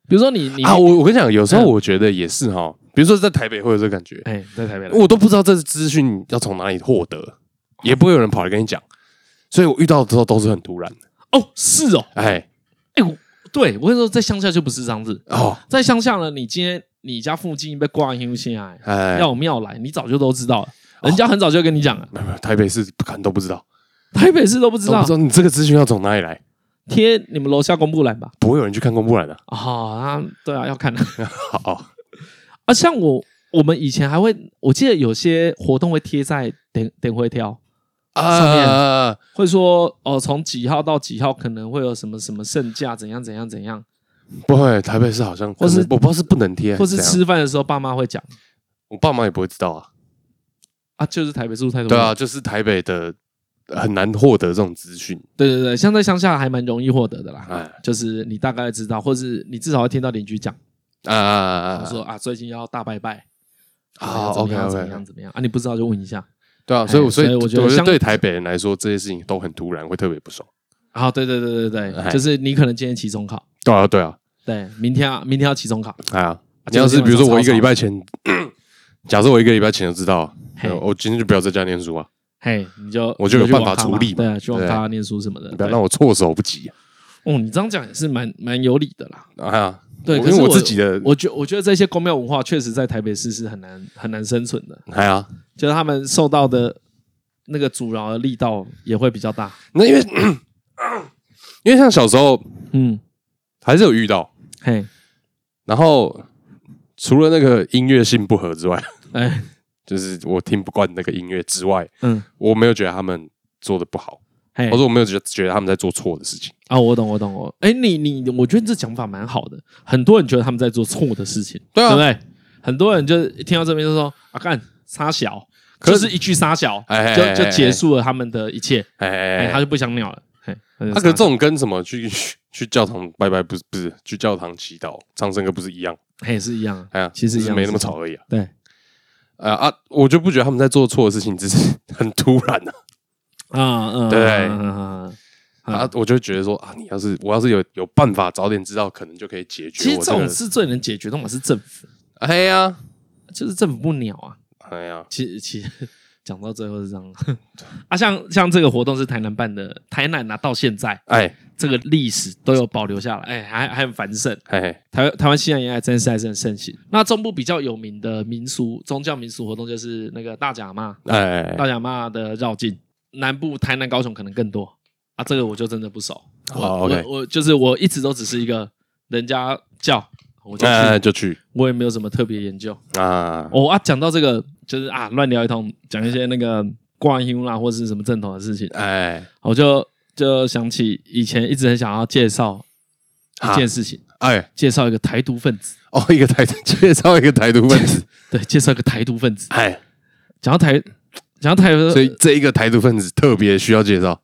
Speaker 1: 比如说你你
Speaker 2: 啊，我我跟你讲，有时候我觉得也是哈，比如说在台北会有这个感觉，
Speaker 1: 哎，在台北了，
Speaker 2: 我都不知道这资讯要从哪里获得，也不会有人跑来跟你讲，所以我遇到的时候都是很突然的。
Speaker 1: 哦，是哦，
Speaker 2: 哎，
Speaker 1: 哎，我对我跟你说，在乡下就不是这样子，
Speaker 2: 哦，
Speaker 1: 在乡下呢，你今天你家附近被挂 U 线来，
Speaker 2: 哎，哦
Speaker 1: 要有庙来，你早就都知道了，人家很早就跟你讲了，
Speaker 2: 没有没有台北市可能都不知道，
Speaker 1: 台北市都不知
Speaker 2: 都不
Speaker 1: 道
Speaker 2: 知，道你这个资讯要从哪里来，
Speaker 1: 贴你们楼下公布栏吧。
Speaker 2: 不会有人去看公布栏的。
Speaker 1: 哦，啊，对啊，要看的。
Speaker 2: 好哦，
Speaker 1: 啊，像我我们以前还会，我记得有些活动会贴在点点回条，上面
Speaker 2: 啊，
Speaker 1: 会说哦，从几号到几号可能会有什么什么圣价，怎样怎样怎样，
Speaker 2: 不会，台北市好像，
Speaker 1: 或是
Speaker 2: 可能我不知道是不能贴，
Speaker 1: 或是
Speaker 2: 还怎样，
Speaker 1: 吃饭的时候爸妈会讲
Speaker 2: 我爸妈也不会知道啊。
Speaker 1: 啊，就是台北住太多。
Speaker 2: 对啊，，就是台北的很难获得这种资讯。
Speaker 1: 对对对，像在乡下还蛮容易获得的啦，
Speaker 2: 哎
Speaker 1: 就是你大概知道，或是你至少会听到邻居讲，
Speaker 2: 啊啊
Speaker 1: 他说啊，最近要大拜拜。
Speaker 2: 啊
Speaker 1: 怎么
Speaker 2: ，OK
Speaker 1: 样怎么
Speaker 2: OK，
Speaker 1: 样怎么样啊？你不知道就问一下。
Speaker 2: 对啊，所以我
Speaker 1: 哎
Speaker 2: 所以
Speaker 1: 所以我
Speaker 2: 我
Speaker 1: 觉
Speaker 2: 觉
Speaker 1: 得
Speaker 2: 得
Speaker 1: 相
Speaker 2: 对台北人来说，这些事情都很突然，会特别不爽。
Speaker 1: 啊，对对对对对，
Speaker 2: 哎
Speaker 1: 就是你可能今天期中考，
Speaker 2: 对啊，对啊，
Speaker 1: 对，明天啊，明天要期中考，
Speaker 2: 哎呀，你
Speaker 1: 啊这个
Speaker 2: 要
Speaker 1: 基
Speaker 2: 是
Speaker 1: 本
Speaker 2: 比如说
Speaker 1: 上
Speaker 2: 我一
Speaker 1: 超
Speaker 2: 个
Speaker 1: 少
Speaker 2: 礼拜前， 假设我一个礼拜前就知道，
Speaker 1: 嘿
Speaker 2: 呃我今天就不要在家念书啊，
Speaker 1: 嘿，你就
Speaker 2: 我就有
Speaker 1: 去网
Speaker 2: 办法
Speaker 1: 咖
Speaker 2: 处
Speaker 1: 嘛
Speaker 2: 理嘛
Speaker 1: 对啊，去网
Speaker 2: 对
Speaker 1: 咖念书什么的。
Speaker 2: 你不要
Speaker 1: 对
Speaker 2: 让我措手不及啊！
Speaker 1: 哦，你这样讲也是蛮蛮有理的啦。
Speaker 2: 哎呀，
Speaker 1: 对，
Speaker 2: 我
Speaker 1: 可
Speaker 2: 因
Speaker 1: 是
Speaker 2: 为我自己的，
Speaker 1: 我觉我觉得这些公庙文化确实在台北市是很难很难生存的，
Speaker 2: 哎呀，
Speaker 1: 就是他们受到的那个阻挠的力道也会比较大。
Speaker 2: 那因为 因为像小时候
Speaker 1: 嗯，
Speaker 2: 还是有遇到，
Speaker 1: 嘿，
Speaker 2: 然后除了那个音乐性不合之外，
Speaker 1: 哎，
Speaker 2: 就是我听不惯那个音乐之外，
Speaker 1: 嗯，
Speaker 2: 我没有觉得他们做的不好，
Speaker 1: 嘿
Speaker 2: 或者我没有觉得觉得他们在做错的事情。
Speaker 1: 啊，我懂，我懂，我哎，你你，我觉得这讲法蛮好的。很多人觉得他们在做错的事情，
Speaker 2: 对啊
Speaker 1: 不对？很多人就听到这边就说啊，干杀小，
Speaker 2: 可
Speaker 1: 就是是一句杀小
Speaker 2: 哎，
Speaker 1: 就
Speaker 2: 哎
Speaker 1: 就
Speaker 2: 哎
Speaker 1: 结束了他们的一切，
Speaker 2: 哎哎
Speaker 1: 哎，
Speaker 2: 哎
Speaker 1: 他就不想鸟了。嘿他就
Speaker 2: 啊，
Speaker 1: 杀
Speaker 2: 可是这
Speaker 1: 小
Speaker 2: 种跟什么去 去教堂拜拜不是不是去教堂祈祷唱圣歌不是一样？
Speaker 1: 嘿是一样啊，
Speaker 2: 哎呀，
Speaker 1: 其实
Speaker 2: 只
Speaker 1: 一
Speaker 2: 是
Speaker 1: 样
Speaker 2: 没那么
Speaker 1: 是这样
Speaker 2: 吵而已啊。
Speaker 1: 对
Speaker 2: 呃啊，我就不觉得他们在做错的事情，只是很突然啊。
Speaker 1: 啊，嗯，
Speaker 2: 对
Speaker 1: 嗯嗯嗯嗯嗯
Speaker 2: 啊，我就觉得说啊，你要是我要是有有办法早点知道，可能就可以解决
Speaker 1: 其实
Speaker 2: 我
Speaker 1: 这
Speaker 2: 这个
Speaker 1: 种事最能解决的嘛是政府，
Speaker 2: 哎呀，
Speaker 1: 就是政府不鸟啊。
Speaker 2: 哎呀，
Speaker 1: 其实其实讲到最后是这样啊，像像这个活动是台南办的，台南拿到现在。
Speaker 2: 哎
Speaker 1: 这个历史都有保留下来，哎，还还很繁盛。
Speaker 2: 哎
Speaker 1: 台台湾西洋沿岸真是还是很盛行。那中部比较有名的民俗宗教民俗活动就是那个大甲妈，
Speaker 2: 哎，
Speaker 1: 大甲妈的绕境。南部台南、高雄可能更多啊，这个我就真的不熟。我、
Speaker 2: 哦，OK
Speaker 1: 我我就是我一直都只是一个人家叫我就去，
Speaker 2: 哎就去
Speaker 1: 我也没有什么特别研究。
Speaker 2: 啊，
Speaker 1: 哦啊，讲到这个就是啊，乱聊一通，讲一些那个挂音啦或者是什么正统的事情。
Speaker 2: 哎
Speaker 1: 我就就想起以前一直很想要介绍一件事情，
Speaker 2: 哎
Speaker 1: 介绍一个台独分子，
Speaker 2: 哦，一个台介绍一个台独分子，
Speaker 1: 对，介绍一个台独分子。
Speaker 2: 哎，
Speaker 1: 讲到台，讲到台独，
Speaker 2: 所以这一个台独分子特别需要介绍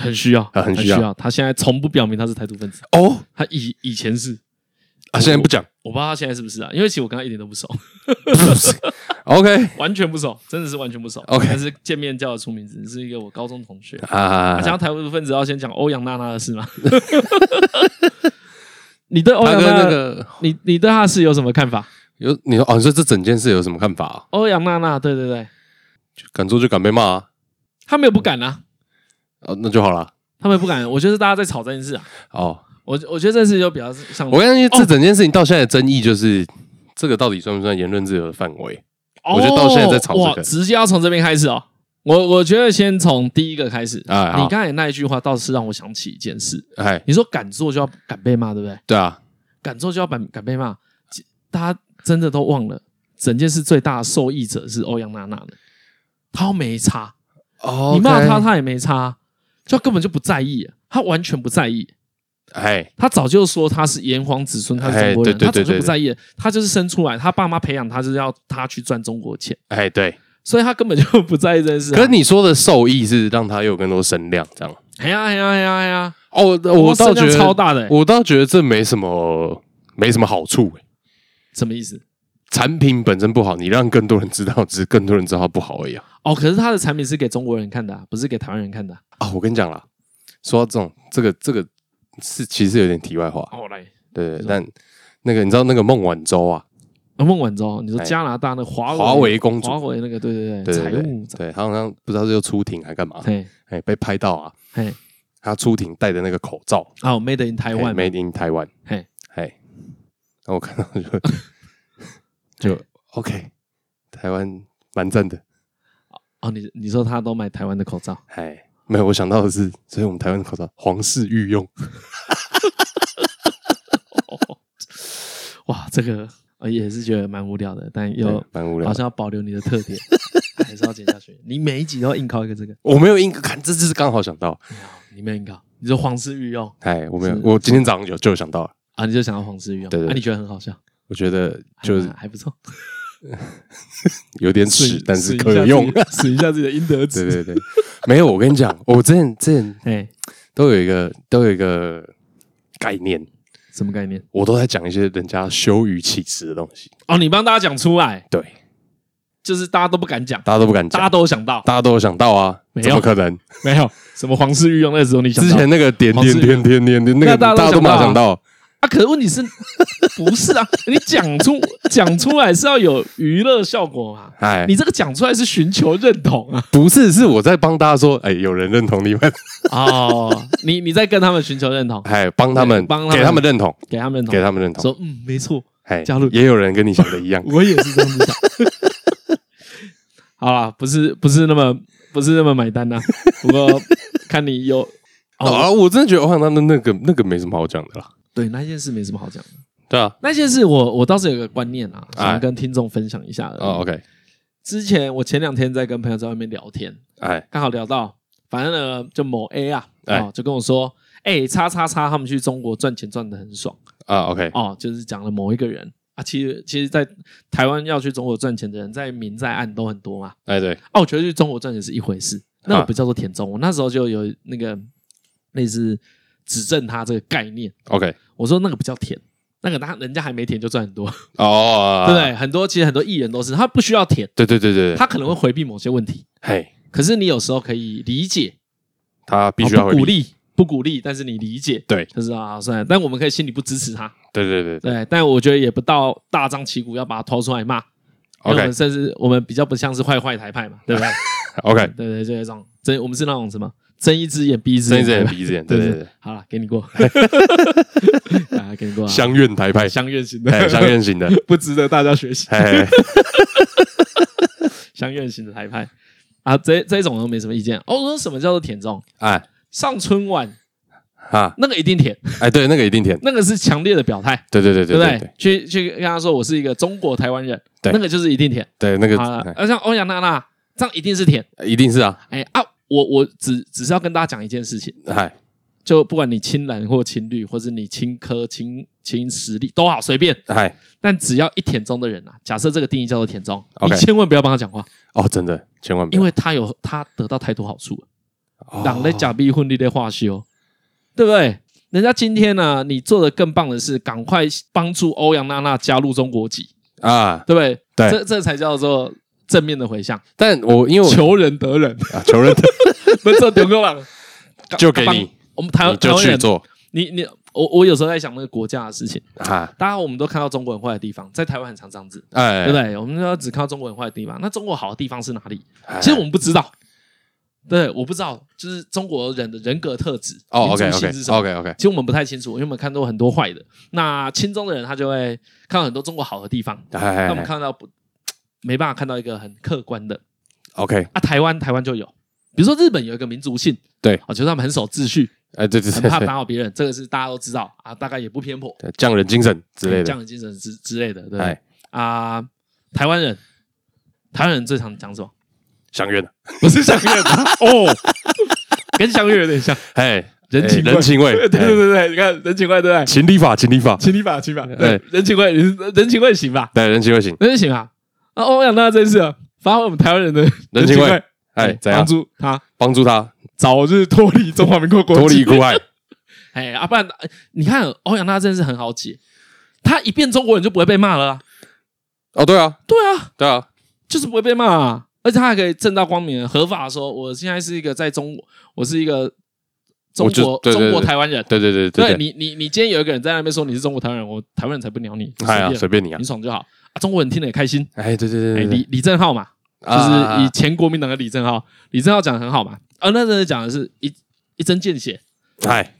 Speaker 1: 很需要，
Speaker 2: 啊很需
Speaker 1: 需
Speaker 2: 要
Speaker 1: 要。他现在从不表明他是台独分子，
Speaker 2: 哦
Speaker 1: 他以以前是，
Speaker 2: 啊，现在不 讲
Speaker 1: 我不知道他现在是不是啊，因为其实我跟他一点都不熟，
Speaker 2: ，OK
Speaker 1: 完全不熟，真的是完全不熟。
Speaker 2: OK
Speaker 1: 但是见面叫得出名字，是一个我高中同学。
Speaker 2: 啊
Speaker 1: 啊，讲到台独分子，要先讲欧阳娜娜的事吗？ 你对欧
Speaker 2: 他
Speaker 1: 阳
Speaker 2: 跟
Speaker 1: 娜
Speaker 2: 那
Speaker 1: 娜，
Speaker 2: 个
Speaker 1: 你你对她是有什么看法？
Speaker 2: 有你说哦，你说这整件事有什么看法啊？
Speaker 1: 欧阳娜娜，对对对，
Speaker 2: 敢做就敢被骂啊，
Speaker 1: 他们也不敢啊，
Speaker 2: 哦那就好了。
Speaker 1: 他们也不敢。啊我觉得是大家在吵这件事啊，
Speaker 2: 哦，
Speaker 1: 我我觉得这件事就比较像
Speaker 2: 我相信这整件事情到现在的争议就是，这个到底算不算言论自由的范围？我觉得到现在在吵这个
Speaker 1: 哦哇直接要从这边开始哦。我我觉得先从第一个开始
Speaker 2: 哎好
Speaker 1: 你刚才那一句话倒是让我想起一件事，
Speaker 2: 哎，
Speaker 1: 你说敢做就要敢被骂，对不对？
Speaker 2: 对啊，
Speaker 1: 敢做就要敢敢被骂，其大家真的都忘了，整件事最大的受益者是欧阳娜娜的，她没差，
Speaker 2: 哦
Speaker 1: 你骂她，她也没差，就根本就不在意，她完全不在意。
Speaker 2: 哎，
Speaker 1: 他早就说他是炎黄子孙，他是中国人，
Speaker 2: 哎对对
Speaker 1: 他早就
Speaker 2: 对对
Speaker 1: 不在意了。他就是生出来，他爸妈培养他就是要他去赚中国钱，
Speaker 2: 哎，对。
Speaker 1: 所以他根本就不在意这件事、啊。
Speaker 2: 可是你说的受益是让他有更多声量，这样。
Speaker 1: 哎呀哎呀哎呀哎呀，
Speaker 2: 哦，我我倒
Speaker 1: 声
Speaker 2: 觉
Speaker 1: 量
Speaker 2: 得
Speaker 1: 超，大的、欸，
Speaker 2: 我倒觉得这没什么，没什么好处、欸。
Speaker 1: 什么意思？
Speaker 2: 产品本身不好，你让更多人知道，只是更多人知道它不好而已啊。
Speaker 1: 哦，可是他的产品是给中国人看的啊、不是给台湾人看的啊、
Speaker 2: 啊，我跟你讲啦，说到这种，这个这个是其实有点题外话，
Speaker 1: 哦，来，
Speaker 2: 对对
Speaker 1: 是吗
Speaker 2: 对但那个你知道那个孟晚舟啊，
Speaker 1: 啊孟晚舟，你说
Speaker 2: 哎
Speaker 1: 加拿大那华
Speaker 2: 华为公主
Speaker 1: 华为那个，对对
Speaker 2: 对
Speaker 1: 财
Speaker 2: 对
Speaker 1: 务
Speaker 2: 对，，对她好像不知道是又出庭还干嘛，
Speaker 1: 嘿，
Speaker 2: 哎，被拍到啊，
Speaker 1: 嘿，
Speaker 2: 她出庭戴的那个口罩，哎
Speaker 1: 哦，Made in 台湾，
Speaker 2: ，Made in 台湾，
Speaker 1: 嘿，
Speaker 2: 哎，然后我看到就 就 OK，台湾蛮赞的，
Speaker 1: 哦，你你说他都买台湾的口罩，
Speaker 2: 哎，没有，我想到的是，所以我们台湾的口罩皇室御用，
Speaker 1: 哇，这个呃也是觉得蛮无聊的，但又
Speaker 2: 对蛮无聊
Speaker 1: 好
Speaker 2: 的。
Speaker 1: 像要保留你的 特点，还是要剪下去。你每一集都要硬靠一个这个，
Speaker 2: 我没有硬看，这就是刚好想到，
Speaker 1: 你没有硬靠，你说皇室御用
Speaker 2: 哎，我没有
Speaker 1: 是，
Speaker 2: 我今天早上有就有想到了，
Speaker 1: 啊，你就想要皇室御用，
Speaker 2: 对对对
Speaker 1: 啊，你觉得很好笑，哎
Speaker 2: 我觉得就是
Speaker 1: 还还不错，
Speaker 2: 有点
Speaker 1: 损
Speaker 2: 屎，但是
Speaker 1: 啊损一
Speaker 2: 可
Speaker 1: 下
Speaker 2: 有
Speaker 1: 自
Speaker 2: 用
Speaker 1: 己。 损一下自己的阴德
Speaker 2: 对
Speaker 1: 值。
Speaker 2: 对对，没有，我跟你讲，我之前之前
Speaker 1: 哎，
Speaker 2: 都有一个都有一个概念，
Speaker 1: 什么概念？
Speaker 2: 我都在讲一些人家羞于启齿的东西，
Speaker 1: 哦，你帮大家讲出来，
Speaker 2: 对，
Speaker 1: 就是大家都不敢讲，
Speaker 2: 大家都不敢
Speaker 1: 大
Speaker 2: 讲
Speaker 1: 家，都有想到，
Speaker 2: 大家都有想到啊
Speaker 1: 没，有
Speaker 2: 怎么可能？
Speaker 1: 没有什么皇室御用，那时候你想
Speaker 2: 之
Speaker 1: 到
Speaker 2: 前那个点点点点点点，那
Speaker 1: 那
Speaker 2: 个
Speaker 1: 大家
Speaker 2: 大家
Speaker 1: 都
Speaker 2: 都没有
Speaker 1: 想
Speaker 2: 想到，
Speaker 1: 啊，可是问题是，不是啊？你讲出 讲出来是要有娱乐效果嘛？
Speaker 2: 哎
Speaker 1: 你，这个讲出来是寻求认同啊！
Speaker 2: 不是，是我在帮大家说，哎，有人认同你们，
Speaker 1: 哦， 你你在跟他们寻求认同，
Speaker 2: 哎，帮他们
Speaker 1: 对帮他们
Speaker 2: 给他们认同，
Speaker 1: 给他们认同，
Speaker 2: 给他们认同，
Speaker 1: 说嗯，没错，
Speaker 2: 哎
Speaker 1: 加入，，
Speaker 2: 也有人跟你想的一样
Speaker 1: 我也是这样子想。好啦，不是不是那么不是那么买单呐、不过看你 有哦
Speaker 2: 啊，我真的觉得，我想到那那个那个没什么好讲的啦，
Speaker 1: 对那件事没什么好讲的。
Speaker 2: 对啊，
Speaker 1: 那件事我我倒是有个观念啊，
Speaker 2: 哎
Speaker 1: 想跟听众分享一下而已。
Speaker 2: 哦，OK，
Speaker 1: 之前我前两天在跟朋友在外面聊天，
Speaker 2: 哎，
Speaker 1: 刚好聊到，反正呢就某 A 啊，
Speaker 2: 哎
Speaker 1: 哦，就跟我说，哎、叉叉叉他们去中国赚钱赚的很爽
Speaker 2: 啊，OK，
Speaker 1: 哦，就是讲了某一个人啊，其实其实，在台湾要去中国赚钱的人，在明在暗都很多嘛。
Speaker 2: 哎对，
Speaker 1: 哦，我觉得去中国赚钱是一回事，那
Speaker 2: 啊
Speaker 1: 个不叫做田中。我那时候就有那个类似指正他这个概念，
Speaker 2: OK，
Speaker 1: 我说那个不叫甜，那个他人家还没甜就赚很多，
Speaker 2: 哦，
Speaker 1: 对不对？很多其实很多艺人都是，他不需要甜，
Speaker 2: 对对对对对，
Speaker 1: 他可能会回避某些问题，
Speaker 2: 嘿，
Speaker 1: 可是你有时候可以理解，
Speaker 2: 他必须要
Speaker 1: 哦
Speaker 2: 回
Speaker 1: 不鼓，励，不鼓励，但是你理解，
Speaker 2: 对
Speaker 1: 就是啊，算了，但我们可以心里不支持他，
Speaker 2: 对对对对
Speaker 1: 对，但我觉得也不到大张旗鼓要把他掏出来骂。因为我
Speaker 2: ，OK
Speaker 1: 们甚至我们比较不像是坏坏台派嘛，对 不对？
Speaker 2: OK，
Speaker 1: 对对，就这种睁，我们是那种什么睁一只眼闭一只
Speaker 2: 睁
Speaker 1: 眼
Speaker 2: 一只
Speaker 1: 的
Speaker 2: 眼
Speaker 1: 嘛，
Speaker 2: 闭一只眼，对对对，
Speaker 1: 好了，给你 过， 啊，给你过啊，
Speaker 2: 相怨台派，
Speaker 1: 相愿型
Speaker 2: 哎，
Speaker 1: 的，
Speaker 2: 相怨型的，
Speaker 1: 不值得大家学习，
Speaker 2: 哎，
Speaker 1: 相愿型的台派啊，这这种我都没什么意见。哦，我说什么叫做舔中？
Speaker 2: 哎，
Speaker 1: 上春晚
Speaker 2: 哈，
Speaker 1: 那个一定舔，
Speaker 2: 哎，对，那个一定甜，
Speaker 1: 那个是强烈的表态，
Speaker 2: 对对对
Speaker 1: 对
Speaker 2: 对
Speaker 1: 不对
Speaker 2: 对对？
Speaker 1: 去去跟他说我是一个中国台湾人，
Speaker 2: 对
Speaker 1: 那个就是一定舔
Speaker 2: 对，那
Speaker 1: 啊
Speaker 2: 个。
Speaker 1: 而像欧阳娜娜这样一定是舔，
Speaker 2: 哎一定是啊，
Speaker 1: 哎啊，我我只只是要跟大家讲一件事情。
Speaker 2: 哎，
Speaker 1: 就不管你亲蓝或亲绿，或是你亲科、亲亲实力都好，随便。
Speaker 2: 哎，
Speaker 1: 但只要一舔中的人啊，假设这个定义叫做舔中
Speaker 2: OK
Speaker 1: 你千万不要帮他讲话，
Speaker 2: 哦，真的，千万不
Speaker 1: 因
Speaker 2: 要，
Speaker 1: 为他有他得到太多好处了。
Speaker 2: 哦
Speaker 1: 党在假币混力的化修，对不对？人家今天呢、你做的更棒的是，赶快帮助欧阳娜娜加入中国籍，
Speaker 2: 啊，
Speaker 1: 对不对？
Speaker 2: 对
Speaker 1: 这这才叫做正面的回向，
Speaker 2: 但我因为我
Speaker 1: 求人得人，
Speaker 2: 啊，求 人
Speaker 1: 不是丢过了，
Speaker 2: 就给
Speaker 1: 帮
Speaker 2: 你，
Speaker 1: 我们台
Speaker 2: 你
Speaker 1: 湾台
Speaker 2: 就
Speaker 1: 湾
Speaker 2: 去
Speaker 1: 人，
Speaker 2: 做
Speaker 1: 你你我我有时候在想那个国家的事情。
Speaker 2: 啊，
Speaker 1: 大家我们都看到中国人坏的地方，在台湾很常这样子，
Speaker 2: 哎，
Speaker 1: 对不对？我们都只看到中国人坏的地方，那中国好的地方是哪里？
Speaker 2: 哎
Speaker 1: 其实我们不知道，对，我不知道，就是中国人的人格特质民
Speaker 2: 哦
Speaker 1: 族
Speaker 2: ，OK
Speaker 1: 性
Speaker 2: OK
Speaker 1: 是什么
Speaker 2: OK OK，
Speaker 1: 其实我们不太清楚，因为我们看到很多坏的。那亲中的人，他就会看到很多中国好的地方，
Speaker 2: 哎
Speaker 1: 那我们看到不没办法看到一个很客观的
Speaker 2: ，OK，
Speaker 1: 啊。台湾台湾就有，比如说日本有一个民族性，
Speaker 2: 对
Speaker 1: 啊，就是他们很守秩序，
Speaker 2: 哎，对对
Speaker 1: 很
Speaker 2: 对
Speaker 1: 怕
Speaker 2: 对
Speaker 1: 打扰别人，这个是大家都知道啊，大概也不偏颇
Speaker 2: 对，匠人精神之类
Speaker 1: 这样
Speaker 2: 的，
Speaker 1: 的精神之之类的，对不对
Speaker 2: 哎，？
Speaker 1: 啊、台湾人，台湾人最常讲什么？
Speaker 2: 相约的，
Speaker 1: 不是相乐 哦，跟相乐有点像，
Speaker 2: 哎，
Speaker 1: 人
Speaker 2: 哎
Speaker 1: 情味
Speaker 2: 人情味，
Speaker 1: 对对对
Speaker 2: 哎，
Speaker 1: 对，你看人情味对不对？
Speaker 2: 情理法情理法，
Speaker 1: 情理法情理法，对
Speaker 2: 哎，
Speaker 1: 人情味人情味行吧？
Speaker 2: 对，人情味行，
Speaker 1: 人情啊，啊，欧阳娜真是啊发挥我们台湾人的
Speaker 2: 人情
Speaker 1: 情
Speaker 2: 味，哎，
Speaker 1: 哎，
Speaker 2: 怎样
Speaker 1: 帮助他
Speaker 2: 帮 助他
Speaker 1: 早日脱离中华民国国
Speaker 2: 脱离
Speaker 1: 籍
Speaker 2: 苦海？
Speaker 1: 哎，啊，不然哎你看欧阳娜真是很好解，他一变中国人就不会被骂了啊，
Speaker 2: 哦，对啊，
Speaker 1: 对啊，
Speaker 2: 对啊，
Speaker 1: 就是不会被骂、啊，而且他还可以正大光明地合法地说，我现在是一个在中国，我是一个中
Speaker 2: 我就
Speaker 1: 国
Speaker 2: 对对
Speaker 1: 中国
Speaker 2: 对
Speaker 1: 台湾人。
Speaker 2: 对对对
Speaker 1: 对
Speaker 2: 对，
Speaker 1: 你，你你今天有一个人在那边说你是中国台湾人，我台湾人才不鸟你，
Speaker 2: 哎呀，
Speaker 1: 随
Speaker 2: 随
Speaker 1: 便
Speaker 2: 便你啊
Speaker 1: 你，爽就好啊。中国人听得也开心。
Speaker 2: 哎，对对
Speaker 1: 哎，
Speaker 2: 对对
Speaker 1: 李
Speaker 2: 对，
Speaker 1: 李正浩嘛，就
Speaker 2: 啊
Speaker 1: 是以前国民党的李正浩，李正浩讲的很好嘛。啊，那真的讲的是一一针见血。
Speaker 2: 哎，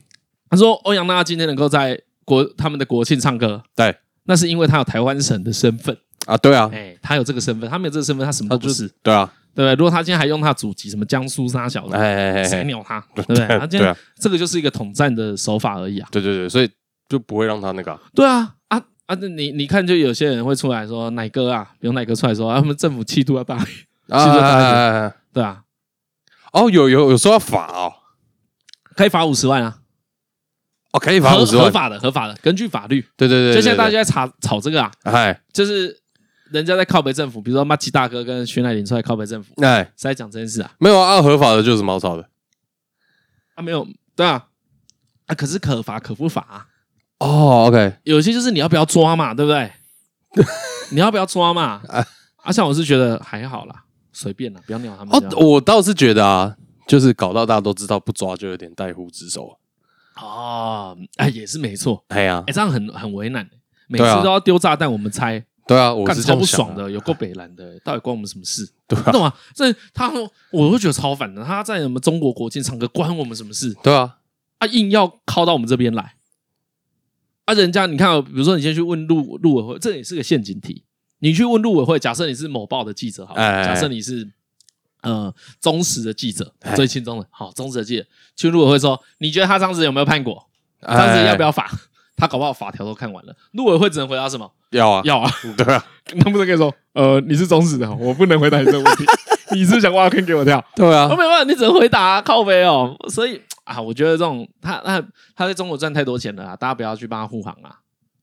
Speaker 1: 他说欧阳娜娜今天能够在国他们的国庆唱歌，
Speaker 2: 对
Speaker 1: 那是因为她有台湾省的身份，
Speaker 2: 啊，对啊，
Speaker 1: 哎，她有这个身份，她没有这个身份，她什么
Speaker 2: 他
Speaker 1: 都
Speaker 2: 就
Speaker 1: 不是。
Speaker 2: 对啊，
Speaker 1: 对不对？如果他今天还用他祖籍，什么江苏沙小
Speaker 2: 哎
Speaker 1: 的，
Speaker 2: 哎哎
Speaker 1: 谁
Speaker 2: 哎，
Speaker 1: 鸟他？对不对？他今
Speaker 2: 对
Speaker 1: 天
Speaker 2: 啊，
Speaker 1: 这个就是一个统战的手法而已啊。
Speaker 2: 对对对，所以就不会让他那个啊，
Speaker 1: 对啊，啊啊！那你你看，就有些人会出来说奶哥啊，比如奶哥出来说，啊，他们政府气度要大，
Speaker 2: 啊
Speaker 1: 其实
Speaker 2: 哎
Speaker 1: 他
Speaker 2: 哎哎哎
Speaker 1: 对啊，
Speaker 2: 哦，有有有说要罚哦，
Speaker 1: 可以罚五十万啊，
Speaker 2: 哦，可以罚
Speaker 1: 合
Speaker 2: 五十
Speaker 1: 合
Speaker 2: 万，
Speaker 1: 法的，合法的，根据法律。
Speaker 2: 对对对，
Speaker 1: 就现在大家在
Speaker 2: 对
Speaker 1: 吵吵这个啊，
Speaker 2: 对哎
Speaker 1: 就是人家在靠北政府，比如说马吉大哥跟徐乃麟出来靠北政府，
Speaker 2: 哎，
Speaker 1: 是在讲这件事啊。
Speaker 2: 没有啊，啊合法的就是毛草的
Speaker 1: 啊，没有，对啊，啊，可是可罚可不罚啊。
Speaker 2: 哦，OK，
Speaker 1: 有些就是你要不要抓嘛，对不 对？你要不要抓嘛？
Speaker 2: 啊
Speaker 1: 啊，像我是觉得还好啦，随便啦，不要鸟他们
Speaker 2: 哦
Speaker 1: 就好。，
Speaker 2: 我倒是觉得啊，就是搞到大家都知道不抓就有点带忽职守啊，
Speaker 1: 哦，哎，也是没错，
Speaker 2: 哎呀
Speaker 1: 哎，，这样很很为难、每次
Speaker 2: 对啊
Speaker 1: 都要丢炸弹，我们猜，
Speaker 2: 对啊，我
Speaker 1: 干
Speaker 2: 是这
Speaker 1: 超
Speaker 2: 样
Speaker 1: 不
Speaker 2: 想
Speaker 1: 爽，的，有够北蓝的，到底关我们什么事？
Speaker 2: 对
Speaker 1: 你
Speaker 2: 啊，
Speaker 1: 懂吗？这他我会觉得超烦的，他在什么中国国境唱歌，关我们什么事？
Speaker 2: 对啊，
Speaker 1: 啊，硬要靠到我们这边来。啊，人家你看哦，比如说你先去问路路委会，这也是个陷阱题。你去问路委会，假设你是某报的记者，好了，
Speaker 2: 哎哎哎
Speaker 1: 假设你是呃忠实的记者
Speaker 2: 哎，
Speaker 1: 最轻松的，好忠实的记者，去路委会说，你觉得他当时有没有叛国？
Speaker 2: 哎
Speaker 1: 当时要不要罚？他搞不好法条都看完了，陆委会只能回答什么？
Speaker 2: 要啊，
Speaker 1: 要啊，
Speaker 2: 对啊，
Speaker 1: 能不能跟你说，呃，你是中指的，我不能回答你这个问题， 你是不是想挖坑给我 跳？
Speaker 2: 对
Speaker 1: 我、
Speaker 2: 啊，
Speaker 1: 哦没办法，你只能回答、靠背哦。所以啊，我觉得这种他他他在中国赚太多钱了啊，大家不要去帮他护航啊。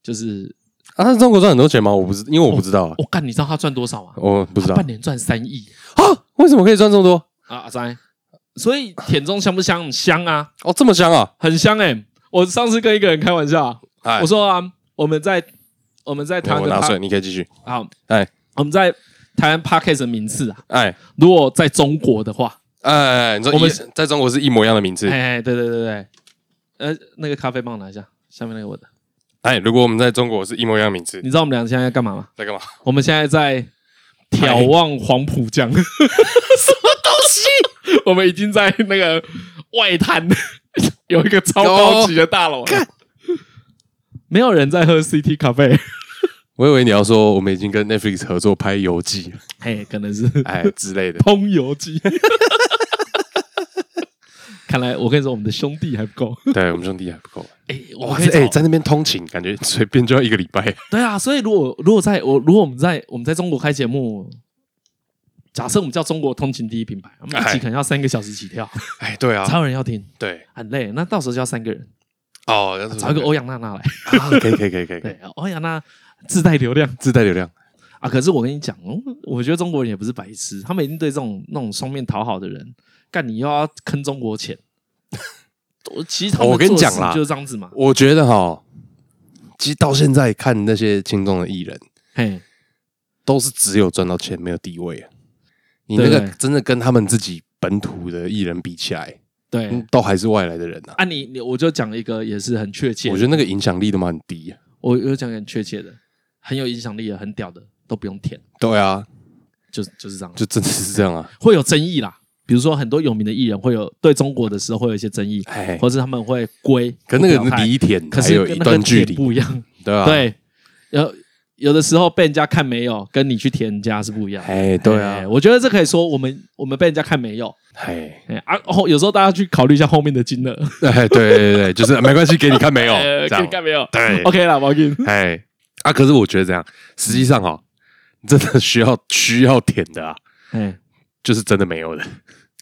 Speaker 1: 就是
Speaker 2: 啊，他在中国赚很多钱吗？我不知，因为我不知道啊，
Speaker 1: 我干、你知道他赚多少吗？
Speaker 2: 我不知道
Speaker 1: 他半年赚三亿
Speaker 2: 啊，为什么可以赚这么多？
Speaker 1: 啊，阿三。所以田中香不香？很香啊，
Speaker 2: 哦，这么香啊！
Speaker 1: 很香哎、我上次跟一个人开玩笑啊，
Speaker 2: 哎
Speaker 1: 我说啊，我们在我们在台湾
Speaker 2: 我
Speaker 1: 的
Speaker 2: 拿
Speaker 1: pod-
Speaker 2: 水，你可以继续。
Speaker 1: 好，
Speaker 2: 哎
Speaker 1: 我们在台湾 podcast 的名次啊，
Speaker 2: 哎
Speaker 1: 如果在中国的话，
Speaker 2: 哎，你说
Speaker 1: 我
Speaker 2: 我
Speaker 1: 们
Speaker 2: 们在中国是一模一样的名字。
Speaker 1: 哎，哎对对对对，呃，那个咖啡帮我拿一下，下面那个我的，
Speaker 2: 哎，如果我们在中国是一模一样的名字，
Speaker 1: 你知道我们俩现在在干嘛吗？
Speaker 2: 在干嘛？
Speaker 1: 我们现在在眺望黄浦江， 什么东西？我们已经在那个外滩 有一个超高级的大楼了，没有人在喝 CT 咖 啡，
Speaker 2: 我以为你要说我们已经跟 Netflix 合作拍游记，
Speaker 1: 哎，可能是
Speaker 2: 哎之类的。
Speaker 1: 通游记。 看来我跟你说，我们的兄弟还不够。
Speaker 2: 对我们兄弟还不够，
Speaker 1: 哎、我
Speaker 2: 哇
Speaker 1: 们可以
Speaker 2: 哎，
Speaker 1: 找
Speaker 2: 在那边通勤，感觉随便就要一个礼拜。
Speaker 1: 对啊，所以如果如果在我如果我们在我们在中国开节目，假设我们叫中国通勤第一品牌，我们一集
Speaker 2: 哎
Speaker 1: 可能要三个小时起跳，
Speaker 2: 哎，对啊
Speaker 1: 才，有人要听，
Speaker 2: 对
Speaker 1: 很累。那到时候就要三个人，
Speaker 2: 哦，要是
Speaker 1: 找一个欧阳娜娜来，
Speaker 2: 啊， 可以可以可以可以可以，
Speaker 1: 对，哦欧阳娜自带流量
Speaker 2: 自带流量。
Speaker 1: 啊。可是我跟你讲，哦，我觉得中国人也不是白痴，他们一定对这种那种双面讨好的人，干你又要坑中国钱。我其实他们
Speaker 2: 哦我跟你
Speaker 1: 做
Speaker 2: 讲
Speaker 1: 事
Speaker 2: 啦
Speaker 1: 就是这样子嘛。
Speaker 2: 我觉得哈，其实到现在看那些轻重的艺人，
Speaker 1: 嘿，
Speaker 2: 都是只有赚到钱，没有地位啊。你那
Speaker 1: 对
Speaker 2: 个真的跟他们自己本土的艺人比起来，
Speaker 1: 对、
Speaker 2: 嗯都还是外来的人啊。
Speaker 1: 啊你，你我就讲一个也是很确切的，
Speaker 2: 我觉得那个影响力都蛮低、啊。
Speaker 1: 我有讲个很确切的，很有影响力的、很屌的，都不用舔，
Speaker 2: 对啊，
Speaker 1: 就是就是这样，
Speaker 2: 就真的是这样啊。
Speaker 1: 会有争议啦。比如说很多有名的艺人会有对中国的时候会有一些争议，
Speaker 2: 哎，
Speaker 1: 或是他们会归，
Speaker 2: 可那
Speaker 1: 不表
Speaker 2: 个
Speaker 1: 态
Speaker 2: 离舔
Speaker 1: 可
Speaker 2: 还
Speaker 1: 是
Speaker 2: 有
Speaker 1: 跟
Speaker 2: 一
Speaker 1: 那个
Speaker 2: 段距
Speaker 1: 舔
Speaker 2: 离，
Speaker 1: 不一样，
Speaker 2: 对啊，，
Speaker 1: 对，有有的时候被人家看没有，跟你去舔人家是不一样的。
Speaker 2: 哎，对啊
Speaker 1: 哎，我觉得这可以说我们我们被人家看没有，
Speaker 2: 哎，
Speaker 1: 哎啊，后有时候大家去考虑一下后面的金额，
Speaker 2: 哎，对对对，就是没关系，给你 看没有
Speaker 1: 呃，
Speaker 2: 这
Speaker 1: 可以
Speaker 2: 样，
Speaker 1: 看没有
Speaker 2: 对
Speaker 1: ，OK 啦，毛巾，
Speaker 2: 哎啊，可是我觉得这样，实际上哦，真的需要需要舔的啊，
Speaker 1: 哎
Speaker 2: 就是真的没有的，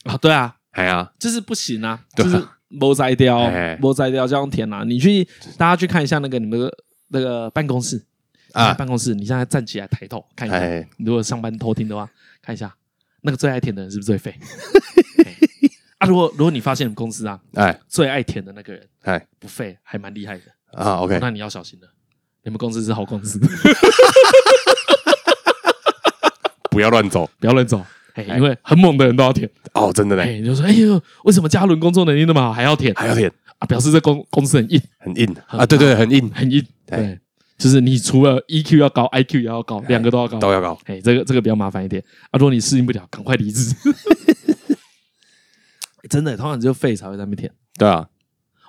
Speaker 1: 啊，对啊，
Speaker 2: 哎呀，
Speaker 1: 就是不行啊，
Speaker 2: 对
Speaker 1: 就
Speaker 2: 啊
Speaker 1: 是摸摘掉
Speaker 2: 哎，
Speaker 1: 摸摘掉这样填啊。你去大家去看一下那个你们的那个办公室
Speaker 2: 啊
Speaker 1: 办公室，你现在站起来抬头看一下
Speaker 2: 哎，
Speaker 1: 如果上班偷听的话，看一下那个最爱舔的人是不是最 废？哎啊，如果如果你发现你们公司啊
Speaker 2: 哎
Speaker 1: 最爱舔的那个人
Speaker 2: 哎
Speaker 1: 不废，还蛮厉害的，
Speaker 2: 啊，OK，
Speaker 1: 那你要小心了。你们公司是好公 司，
Speaker 2: 不要乱走
Speaker 1: 不要乱走，哎，
Speaker 2: 哎
Speaker 1: 因为很猛的人都要舔，
Speaker 2: 哦，真的
Speaker 1: 哎，
Speaker 2: 嘞，
Speaker 1: 你就说，哎呦，为什么嘉伦工作能力那么好，还要舔？
Speaker 2: 还要舔，
Speaker 1: 啊，表示这公公司很硬。
Speaker 2: 很硬
Speaker 1: 很
Speaker 2: 啊，对对，很硬，
Speaker 1: 很硬，
Speaker 2: 对
Speaker 1: 对，就是你除了 EQ 要高，IQ 也要高，两个都要高。
Speaker 2: 都要搞，
Speaker 1: 哎，这个这个比较麻烦一点啊！如果你适应不了，赶快离职。 真的，通常只有肺才会在那边舔。
Speaker 2: 对啊，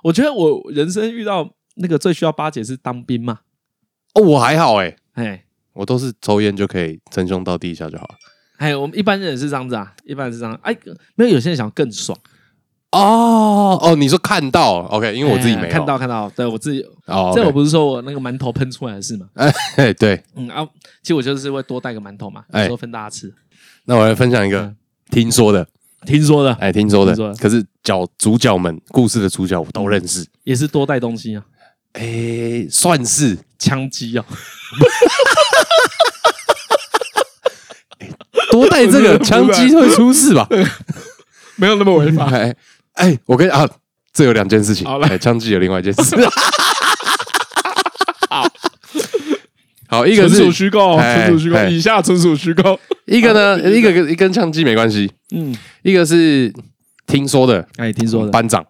Speaker 1: 我觉得我人生遇到那个最需要巴结是当兵嘛，
Speaker 2: 哦，我还好哎，
Speaker 1: 哎
Speaker 2: 我都是抽烟就可以称兄道弟一下就好了。
Speaker 1: 哎，我们一般人是这样子啊，一般人是这样，哎，没有有些人想更爽，
Speaker 2: 哦哦，你说看到 OK，因为我自己
Speaker 1: 哎
Speaker 2: 没有
Speaker 1: 看到看到，对我自己，
Speaker 2: 哦，
Speaker 1: 这我
Speaker 2: OK
Speaker 1: 不是说我那个馒头喷出来的事嘛，
Speaker 2: 哎对，
Speaker 1: 嗯啊，其实我就是会多带个馒头嘛，有
Speaker 2: 哎
Speaker 1: 时候分大家吃，
Speaker 2: 那我来分享一个
Speaker 1: 嗯
Speaker 2: 听说的，
Speaker 1: 听说的
Speaker 2: 哎，听说的
Speaker 1: 听说的，
Speaker 2: 可是角主角们故事的主角我都认识，
Speaker 1: 也是多带东西啊，
Speaker 2: 哎，算是
Speaker 1: 枪击啊，
Speaker 2: 多带这个枪击会出事 吧？
Speaker 1: 没有那么违法
Speaker 2: 哎哎，我跟你啊，这有两件事情，
Speaker 1: 啊好来
Speaker 2: 哎枪击有另外一件 事。好，一个
Speaker 1: 纯属
Speaker 2: 是
Speaker 1: 虚构，
Speaker 2: 哎
Speaker 1: 纯属虚构，
Speaker 2: 哎
Speaker 1: 以下纯属虚构。
Speaker 2: 一个呢，一个跟跟枪击没关系，
Speaker 1: 嗯，
Speaker 2: 一个是听说的
Speaker 1: 哎，听说的
Speaker 2: 班长，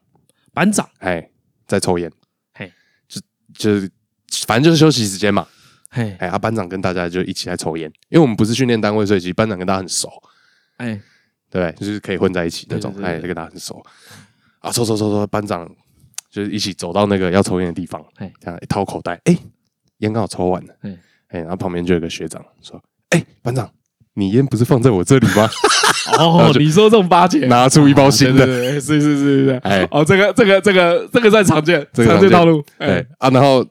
Speaker 1: 班长，
Speaker 2: 哎，在抽烟，
Speaker 1: 嘿，
Speaker 2: 就就是反正就是休息时间嘛，
Speaker 1: 嘿，
Speaker 2: 哎，啊，班长跟大家就一起在抽烟，因为我们不是训练单位，所以其实班长跟大家很熟，
Speaker 1: 哎，
Speaker 2: 对不对？就是可以混在一起那种
Speaker 1: 对，对对
Speaker 2: 哎，
Speaker 1: 对
Speaker 2: 跟大家很熟。啊，抽抽抽抽，班长就是一起走到那个要抽烟的地方，
Speaker 1: 嘿
Speaker 2: 哎，这样、哎掏口袋，哎，烟刚好抽完了，
Speaker 1: 嗯
Speaker 2: 哎，然后旁边就有个学长说，哎，班长，你烟不是放在我这里吗？
Speaker 1: 哦，你说这种巴结，
Speaker 2: 拿出一包新
Speaker 1: 啊对
Speaker 2: 的，
Speaker 1: 对对是是是是，
Speaker 2: 哎
Speaker 1: 哦，这个这个这个这个算常见，
Speaker 2: 这个
Speaker 1: 常
Speaker 2: 常
Speaker 1: 见
Speaker 2: 见
Speaker 1: 套路，
Speaker 2: 对
Speaker 1: 哎，
Speaker 2: 啊，然后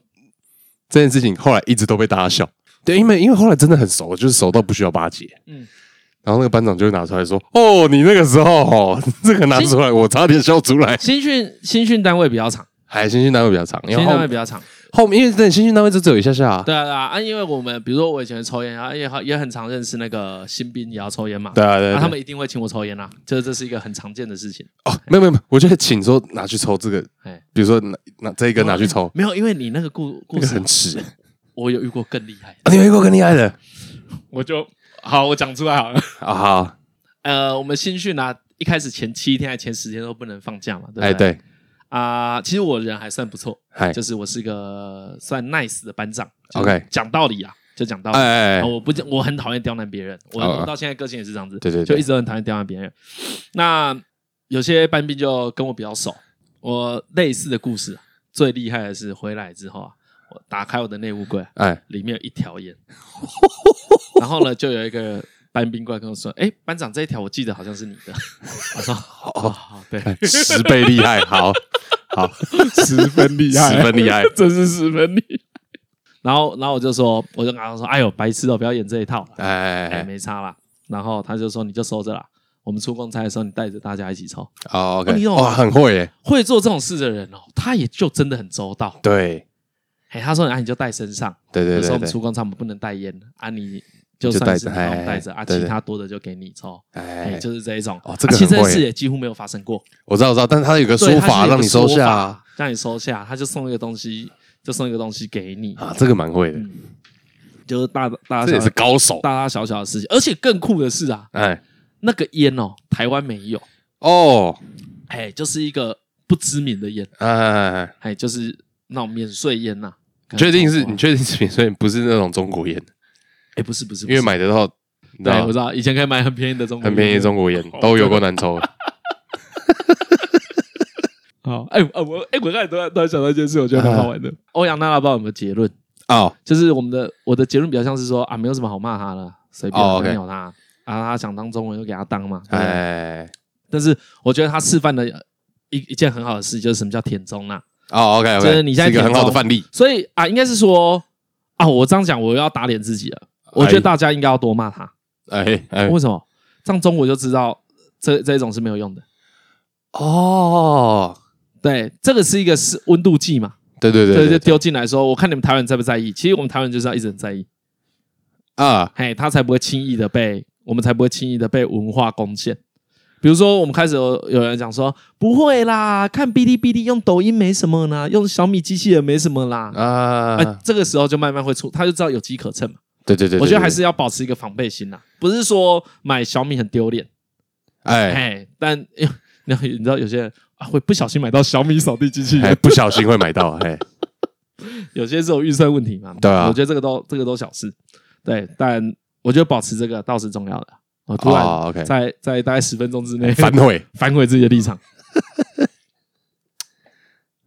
Speaker 2: 这件事情后来一直都被大家笑。对，因为因为后来真的很熟，就是熟到不需要巴结。
Speaker 1: 嗯
Speaker 2: 嗯，然后那个班长就会拿出来说：“哦，你那个时候 哦，这个拿出来，我差点笑出来。
Speaker 1: 新训新训单位比较长，”
Speaker 2: 还新训单位比较长，因
Speaker 1: 新
Speaker 2: 为
Speaker 1: 训
Speaker 2: 后
Speaker 1: 单位比较长。
Speaker 2: 后面因为真的新训单位就只有一下下啊。
Speaker 1: 对啊对啊啊，因为我们比如说我以前抽烟啊，也好也很常认识那个新兵也要抽烟嘛，
Speaker 2: 对啊，对
Speaker 1: 啊
Speaker 2: 啊，
Speaker 1: 他们一定会请我抽烟啦，这这是一个很常见的事情。
Speaker 2: 哦，没有没有，没有我觉得请说拿去抽这个
Speaker 1: 哎，
Speaker 2: 比如说拿拿这一根拿去抽，
Speaker 1: 没有，因为你那个故故
Speaker 2: 那个
Speaker 1: 事
Speaker 2: 很，耻。
Speaker 1: 我有遇过更厉 害的，
Speaker 2: 啊你有遇过更厉害的
Speaker 1: 我就好，我讲出来好了。
Speaker 2: 啊？好，
Speaker 1: 呃，我们新训啊，一开始前七天还前十天都不能放假嘛，对不对？
Speaker 2: 哎，对，
Speaker 1: 啊、其实我人还算不错，
Speaker 2: 嗨，
Speaker 1: 就是我是个算 nice 的班长。就是
Speaker 2: OK
Speaker 1: 讲道理啊，就讲道理。
Speaker 2: 哎哎哎
Speaker 1: 啊我不，我很讨厌刁难别人，我
Speaker 2: 哦
Speaker 1: 我到现在个性也是这样子，
Speaker 2: 对对对
Speaker 1: 就一直都很讨厌刁难别人。那有些班兵就跟我比较熟，我类似的故事啊，最厉害的是回来之后啊，我打开我的内务柜啊，
Speaker 2: 哎，
Speaker 1: 里面有一条 烟，然后呢，就有一个班兵过来跟我说：“哎、班长，这一条我记得好像是你 的。”我说：“哦，好对，
Speaker 2: 看十倍厉害，好好，
Speaker 1: 十分厉
Speaker 2: 十分厉害，
Speaker 1: 真是十分厉害。”然后，然后我就说，我就跟他说：“哎呦，白痴哦，不要演这一套啦，
Speaker 2: 哎哎
Speaker 1: 哎，
Speaker 2: 哎，
Speaker 1: 没差啦。”然后他就说：“你就收着啦，我们出公差的时候，你带着大家一起抽。
Speaker 2: 哦
Speaker 1: 哦你
Speaker 2: ，OK，
Speaker 1: 有
Speaker 2: 哇，
Speaker 1: 啊
Speaker 2: 很会耶，”
Speaker 1: 会做这种事的人哦，他也就真的很周到。
Speaker 2: 对
Speaker 1: 哎，他说：“啊，你就带身上，
Speaker 2: 对
Speaker 1: 有
Speaker 2: 对
Speaker 1: 时候
Speaker 2: 对
Speaker 1: 我们
Speaker 2: 对，
Speaker 1: 出公差我们不能带烟啊，你就
Speaker 2: 就
Speaker 1: 算
Speaker 2: 带
Speaker 1: 是
Speaker 2: 着
Speaker 1: 你帮我
Speaker 2: 哎
Speaker 1: 们带着啊，
Speaker 2: 对
Speaker 1: 其
Speaker 2: 对
Speaker 1: 他多的就给你抽。”哎，
Speaker 2: 哎，
Speaker 1: 就是这一种。
Speaker 2: 哦这个
Speaker 1: 啊其实
Speaker 2: 很
Speaker 1: 这
Speaker 2: 会
Speaker 1: 事
Speaker 2: 耶
Speaker 1: 也几乎没有发生过。
Speaker 2: 我知道我知道，但是他有个
Speaker 1: 对
Speaker 2: 说
Speaker 1: 他
Speaker 2: 法
Speaker 1: 是有一
Speaker 2: 让
Speaker 1: 个
Speaker 2: 你
Speaker 1: 说
Speaker 2: 收下
Speaker 1: 法
Speaker 2: 啊，
Speaker 1: 让你收下，他就送一个东西，就送一个东西给你，
Speaker 2: 啊，这个蛮会的，
Speaker 1: 就是大大大
Speaker 2: 这
Speaker 1: 小
Speaker 2: 也
Speaker 1: 小
Speaker 2: 是高手，
Speaker 1: 大大小小的事情。而且更酷的是啊，
Speaker 2: 哎，
Speaker 1: 那个烟哦，台湾没有，
Speaker 2: 哦，
Speaker 1: 哎，就是一个不知名的烟，
Speaker 2: 哎哎，哎
Speaker 1: 哎，就是那种免税烟呐。
Speaker 2: 你确定是
Speaker 1: 可能
Speaker 2: 你确定是免税，不是那种中国烟，
Speaker 1: 哎，不是不是，不
Speaker 2: 因为
Speaker 1: 是
Speaker 2: 买得到，你知
Speaker 1: 对，
Speaker 2: 道
Speaker 1: 我知道以哦前可以买很便宜的中国，
Speaker 2: 很便宜的中国烟都有够难抽的，
Speaker 1: 好，哎呃我哎我刚才突然突然想到一件事，我觉得蛮好玩的。
Speaker 2: 啊
Speaker 1: 欧阳娜娜不知道有没有结论？
Speaker 2: 哦，
Speaker 1: 就是我们的我的结论比较像是说啊，没有什么好骂他了，随便
Speaker 2: 哦
Speaker 1: 没
Speaker 2: OK
Speaker 1: 有他啊，他想当中文就给他当嘛。对不对
Speaker 2: 哎，
Speaker 1: 但是我觉得他示范的一一件很好的事，就是什么叫田中啊。
Speaker 2: 哦，OK，
Speaker 1: 就是你现在
Speaker 2: 一个很好的范例，
Speaker 1: 所以啊，应该是说啊，我这样讲我要打脸自己了。我觉得大家应该要多骂他，
Speaker 2: 哎哎，
Speaker 1: 为什么？这样中我就知道这这一种是没有用的。
Speaker 2: 哦，
Speaker 1: 对，这个是一个是温度计嘛，
Speaker 2: 对对
Speaker 1: 所以
Speaker 2: 对
Speaker 1: 就
Speaker 2: 对对
Speaker 1: 丢进来说，我看你们台湾人在不在意。其实我们台湾人就是要一直很在意，
Speaker 2: 啊，
Speaker 1: 嘿，他才不会轻易的被我们才不会轻易的被文化攻陷。比如说，我们开始有有人讲说，不会啦，看哔哩哔哩用抖音没什么啦，用小米机器人没什么啦。
Speaker 2: 啊，
Speaker 1: 啊，这个时候就慢慢会出，他就知道有机可乘嘛。
Speaker 2: 对对对，对
Speaker 1: 我觉得还
Speaker 2: 对
Speaker 1: 是要保持一个防备心啦，不是说买小米很丢脸，
Speaker 2: 哎，
Speaker 1: 哎，但 哎你你知道有些人啊会不小心买到小米扫地机器
Speaker 2: 哎
Speaker 1: 人，
Speaker 2: 不小心会买到， 哎，
Speaker 1: 有些是有预算问题嘛。
Speaker 2: 对啊
Speaker 1: 我觉得这个都这个都小事，对，但我觉得保持这个倒是重要的。我突然
Speaker 2: 哦，OK 哎哦
Speaker 1: 在在大概十分钟之内
Speaker 2: 反悔，
Speaker 1: 反悔自己的立 场，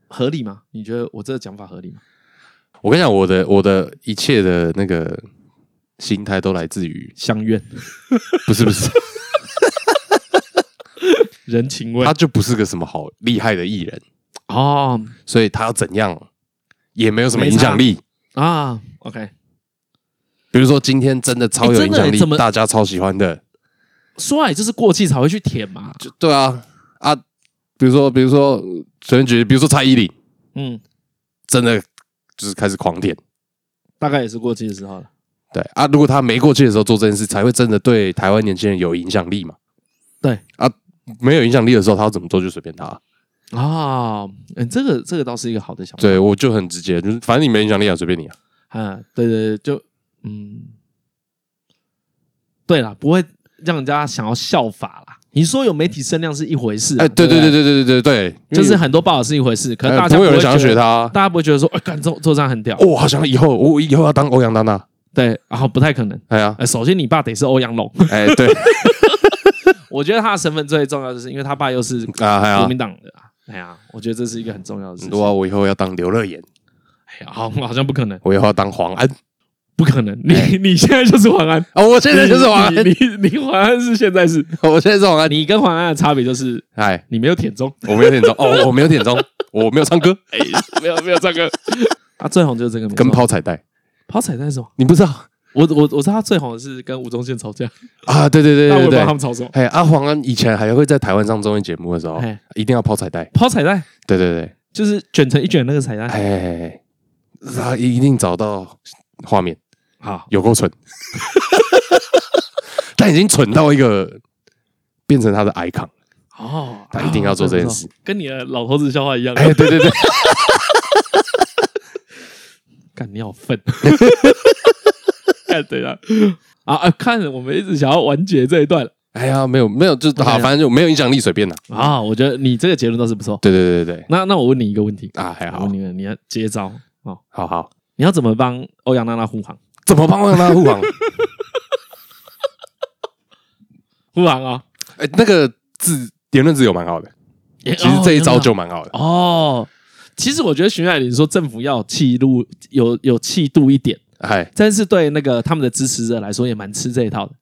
Speaker 1: 合理吗？你觉得我这个讲法合理吗？
Speaker 2: 我跟你讲，我的我的一切的那个心态都来自于，
Speaker 1: 相怨，
Speaker 2: 不是 不是，
Speaker 1: 人情味
Speaker 2: 他就不是个什么好厉害的艺人，
Speaker 1: 哦
Speaker 2: 所以他要怎样也没有什么
Speaker 1: 没
Speaker 2: 影
Speaker 1: 差
Speaker 2: 响力。
Speaker 1: 啊，OK，
Speaker 2: 比如说今天真的超
Speaker 1: 哎
Speaker 2: 有
Speaker 1: 真
Speaker 2: 影
Speaker 1: 的
Speaker 2: 响
Speaker 1: 耶
Speaker 2: 力
Speaker 1: 怎么，
Speaker 2: 大家超喜欢的，
Speaker 1: 说来就是过气才会去舔嘛，
Speaker 2: 就对啊啊，比如说比如说随便举例，比如说蔡依林，
Speaker 1: 嗯，
Speaker 2: 真的就是开始狂点。
Speaker 1: 大概也是过气的时候了。
Speaker 2: 对啊，如果他没过去的时候做这件事，才会真的对台湾年轻人有影响力嘛。
Speaker 1: 对
Speaker 2: 啊，没有影响力的时候，他要怎么做就随便他。
Speaker 1: 啊、嗯，这个这个倒是一个好的想法。
Speaker 2: 对我就很直接，就是反正你没影响力啊，随便你啊。
Speaker 1: 啊，对对对，就嗯，对啦，不会让人家想要效法啦。你说有媒体声量是一回事啊、
Speaker 2: 哎、对
Speaker 1: 对
Speaker 2: 对对
Speaker 1: 不
Speaker 2: 对对对对对，
Speaker 1: 就是很多不好是一回事，可
Speaker 2: 可
Speaker 1: 能
Speaker 2: 能
Speaker 1: 大
Speaker 2: 不
Speaker 1: 家
Speaker 2: 会有人
Speaker 1: 觉
Speaker 2: 想
Speaker 1: 得
Speaker 2: 要学，他啊。
Speaker 1: 大家不会觉得说，哎、干做做这样很屌，
Speaker 2: 哦，好像以后我以后要当欧阳娜娜。
Speaker 1: 对，然后不太可能。
Speaker 2: 哎呀，
Speaker 1: 呃，首先你爸得是欧阳龙，
Speaker 2: 哎，对
Speaker 1: 我觉得他的身份最重要，就是因为他爸又是
Speaker 2: 啊，哎
Speaker 1: 国
Speaker 2: 呀嗯啊
Speaker 1: 民，党的啊。哎呀，我觉得这是一个很重要的事情。
Speaker 2: 哇，我以后要当刘乐言，
Speaker 1: 哎呀，好，好像不可能，
Speaker 2: 我以后要当
Speaker 1: 哎
Speaker 2: 黄安
Speaker 1: 不可能。你你现在就是黄安，
Speaker 2: 啊，哎 我现在就是黄安
Speaker 1: 你，你你黄安是现在是，
Speaker 2: 我现在是黄安。
Speaker 1: 你跟黄安的差别就是
Speaker 2: 哎，
Speaker 1: 你没有舔中，
Speaker 2: 我没有点钟，哦，我没有点钟，我没有唱歌。
Speaker 1: 哎，没有没有唱歌，他最红就是这个名字，
Speaker 2: 跟抛彩带，
Speaker 1: 抛彩带是什么？
Speaker 2: 你不知道
Speaker 1: 我我我知道他最红的是跟吴宗宪吵架，
Speaker 2: 啊？对对对
Speaker 1: 但我也不
Speaker 2: 对
Speaker 1: 知道
Speaker 2: 对
Speaker 1: 他们吵什么。
Speaker 2: 哎，阿黄安以前还会在台湾上综艺节目的时候
Speaker 1: 嘿，
Speaker 2: 一定要抛彩带。
Speaker 1: 抛彩带
Speaker 2: 对对对，
Speaker 1: 就是卷成一卷那个彩带，
Speaker 2: 哎哎，哎他一定找到画面，
Speaker 1: 好，
Speaker 2: 有够蠢。他已经蠢到一个变成他的 icon，
Speaker 1: 哦，
Speaker 2: 他一定要做这件事
Speaker 1: 哦，跟你的老头子笑话一样。
Speaker 2: 哎，对对对，
Speaker 1: 干你好 愤！干对了啊啊！看我们一直想要完结这一段了
Speaker 2: 哎呀，没有没有，就
Speaker 1: 哎
Speaker 2: 好，
Speaker 1: 呀
Speaker 2: 反正就没有影响力，随便啦。
Speaker 1: 啊，我觉得你这个结论倒是不错。
Speaker 2: 对对对对对，
Speaker 1: 那那我问你一个问题，
Speaker 2: 啊，还
Speaker 1: 我
Speaker 2: 好
Speaker 1: 问，你们，你要接招哦，
Speaker 2: 好好，
Speaker 1: 你要怎么帮欧阳娜娜护航？
Speaker 2: 怎么帮帮他护航？
Speaker 1: 护航啊、
Speaker 2: 哎，那个自言论自由蛮好的，
Speaker 1: 也哦！
Speaker 2: 其实这一招
Speaker 1: 原
Speaker 2: 就蛮好的。
Speaker 1: 来哦。其实我觉得徐乃麟说政府要有气度，有有气度一点，
Speaker 2: 哎，
Speaker 1: 但是对那个他们的支持者来说也蛮吃这一套的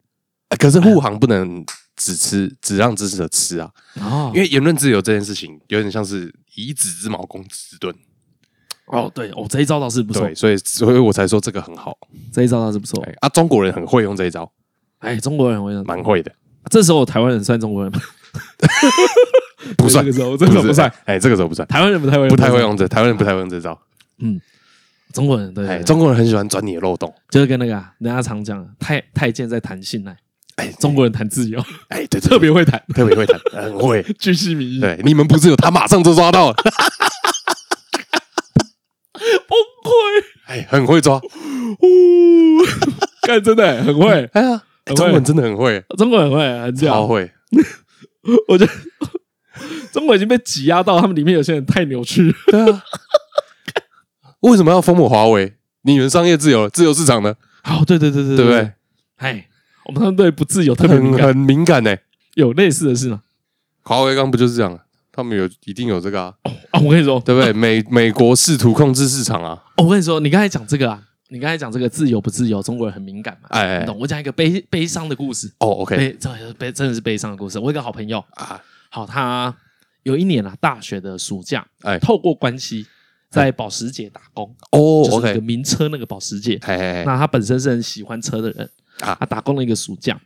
Speaker 2: 可是护航不能只吃，只让支持者吃啊，
Speaker 1: 哦
Speaker 2: 因为言论自由这件事情有点像是以子之矛攻子之盾。
Speaker 1: 哦，对哦，这一招倒是不错
Speaker 2: 对，，所以所以我才说这个很好。
Speaker 1: 这一招倒是不错。
Speaker 2: 哎啊，中国人很会用这一招，
Speaker 1: 哎，中国人我想
Speaker 2: 蛮会的，
Speaker 1: 这时候台湾人算中国人吗？
Speaker 2: 不算
Speaker 1: 这，个时候，这个时候不算。
Speaker 2: 是。哎，这个时候不算，
Speaker 1: 台湾人不太会，
Speaker 2: 不太会。用这，台湾人不太会用这招。
Speaker 1: 中国人对，
Speaker 2: 哎，
Speaker 1: 对
Speaker 2: 中国人很喜欢钻你的漏洞。
Speaker 1: 就是跟那个啊人家常讲的，太太监在谈信赖，
Speaker 2: 哎，
Speaker 1: 中国人谈自由，
Speaker 2: 哎，对，对
Speaker 1: 特别会谈，
Speaker 2: 特别会弹， 很会。
Speaker 1: 巨细靡遗，
Speaker 2: 对，你们不自由，他马上就抓 到了。
Speaker 1: 崩溃。
Speaker 2: 哎，很会抓。
Speaker 1: 呜， 看真的很会，
Speaker 2: 哎呀，
Speaker 1: 很会啊
Speaker 2: 中文真的很会，
Speaker 1: 中国人会很
Speaker 2: 超
Speaker 1: 屌。
Speaker 2: 会。
Speaker 1: 我觉得中国已经被挤压到，他们里面有些人太扭曲了。
Speaker 2: 对啊， 为什么要封我华为？你们商业自由了，自由市场呢？
Speaker 1: 好，对对对对
Speaker 2: 对不对？？
Speaker 1: 哎，我们他们对不自由特别敏
Speaker 2: 很
Speaker 1: 感，
Speaker 2: 很敏感呢、欸
Speaker 1: 有类似的事吗？
Speaker 2: 华为刚不就是这样？啊他们有一定有这个啊，
Speaker 1: 啊，我跟你说，
Speaker 2: 对 不对？美美国试图控制市场啊，
Speaker 1: 哦我跟你说，你刚才讲这个啊，你刚才讲这个自由不自由，中国人很敏感嘛。
Speaker 2: 哎哎
Speaker 1: 你懂？我讲一个悲悲伤的故事，
Speaker 2: 哦，OK
Speaker 1: 悲真的是悲真的是悲伤的故事。我有一个好朋友，
Speaker 2: 啊，
Speaker 1: 好，他有一年啊，大学的暑假，
Speaker 2: 哎
Speaker 1: 透过关系在保时捷打工，就
Speaker 2: 哦
Speaker 1: 是那个
Speaker 2: ，OK，
Speaker 1: 名车那个保时捷。
Speaker 2: 嘿嘿嘿，
Speaker 1: 那他本身是很喜欢车的人
Speaker 2: 啊
Speaker 1: 他打工了一个暑假，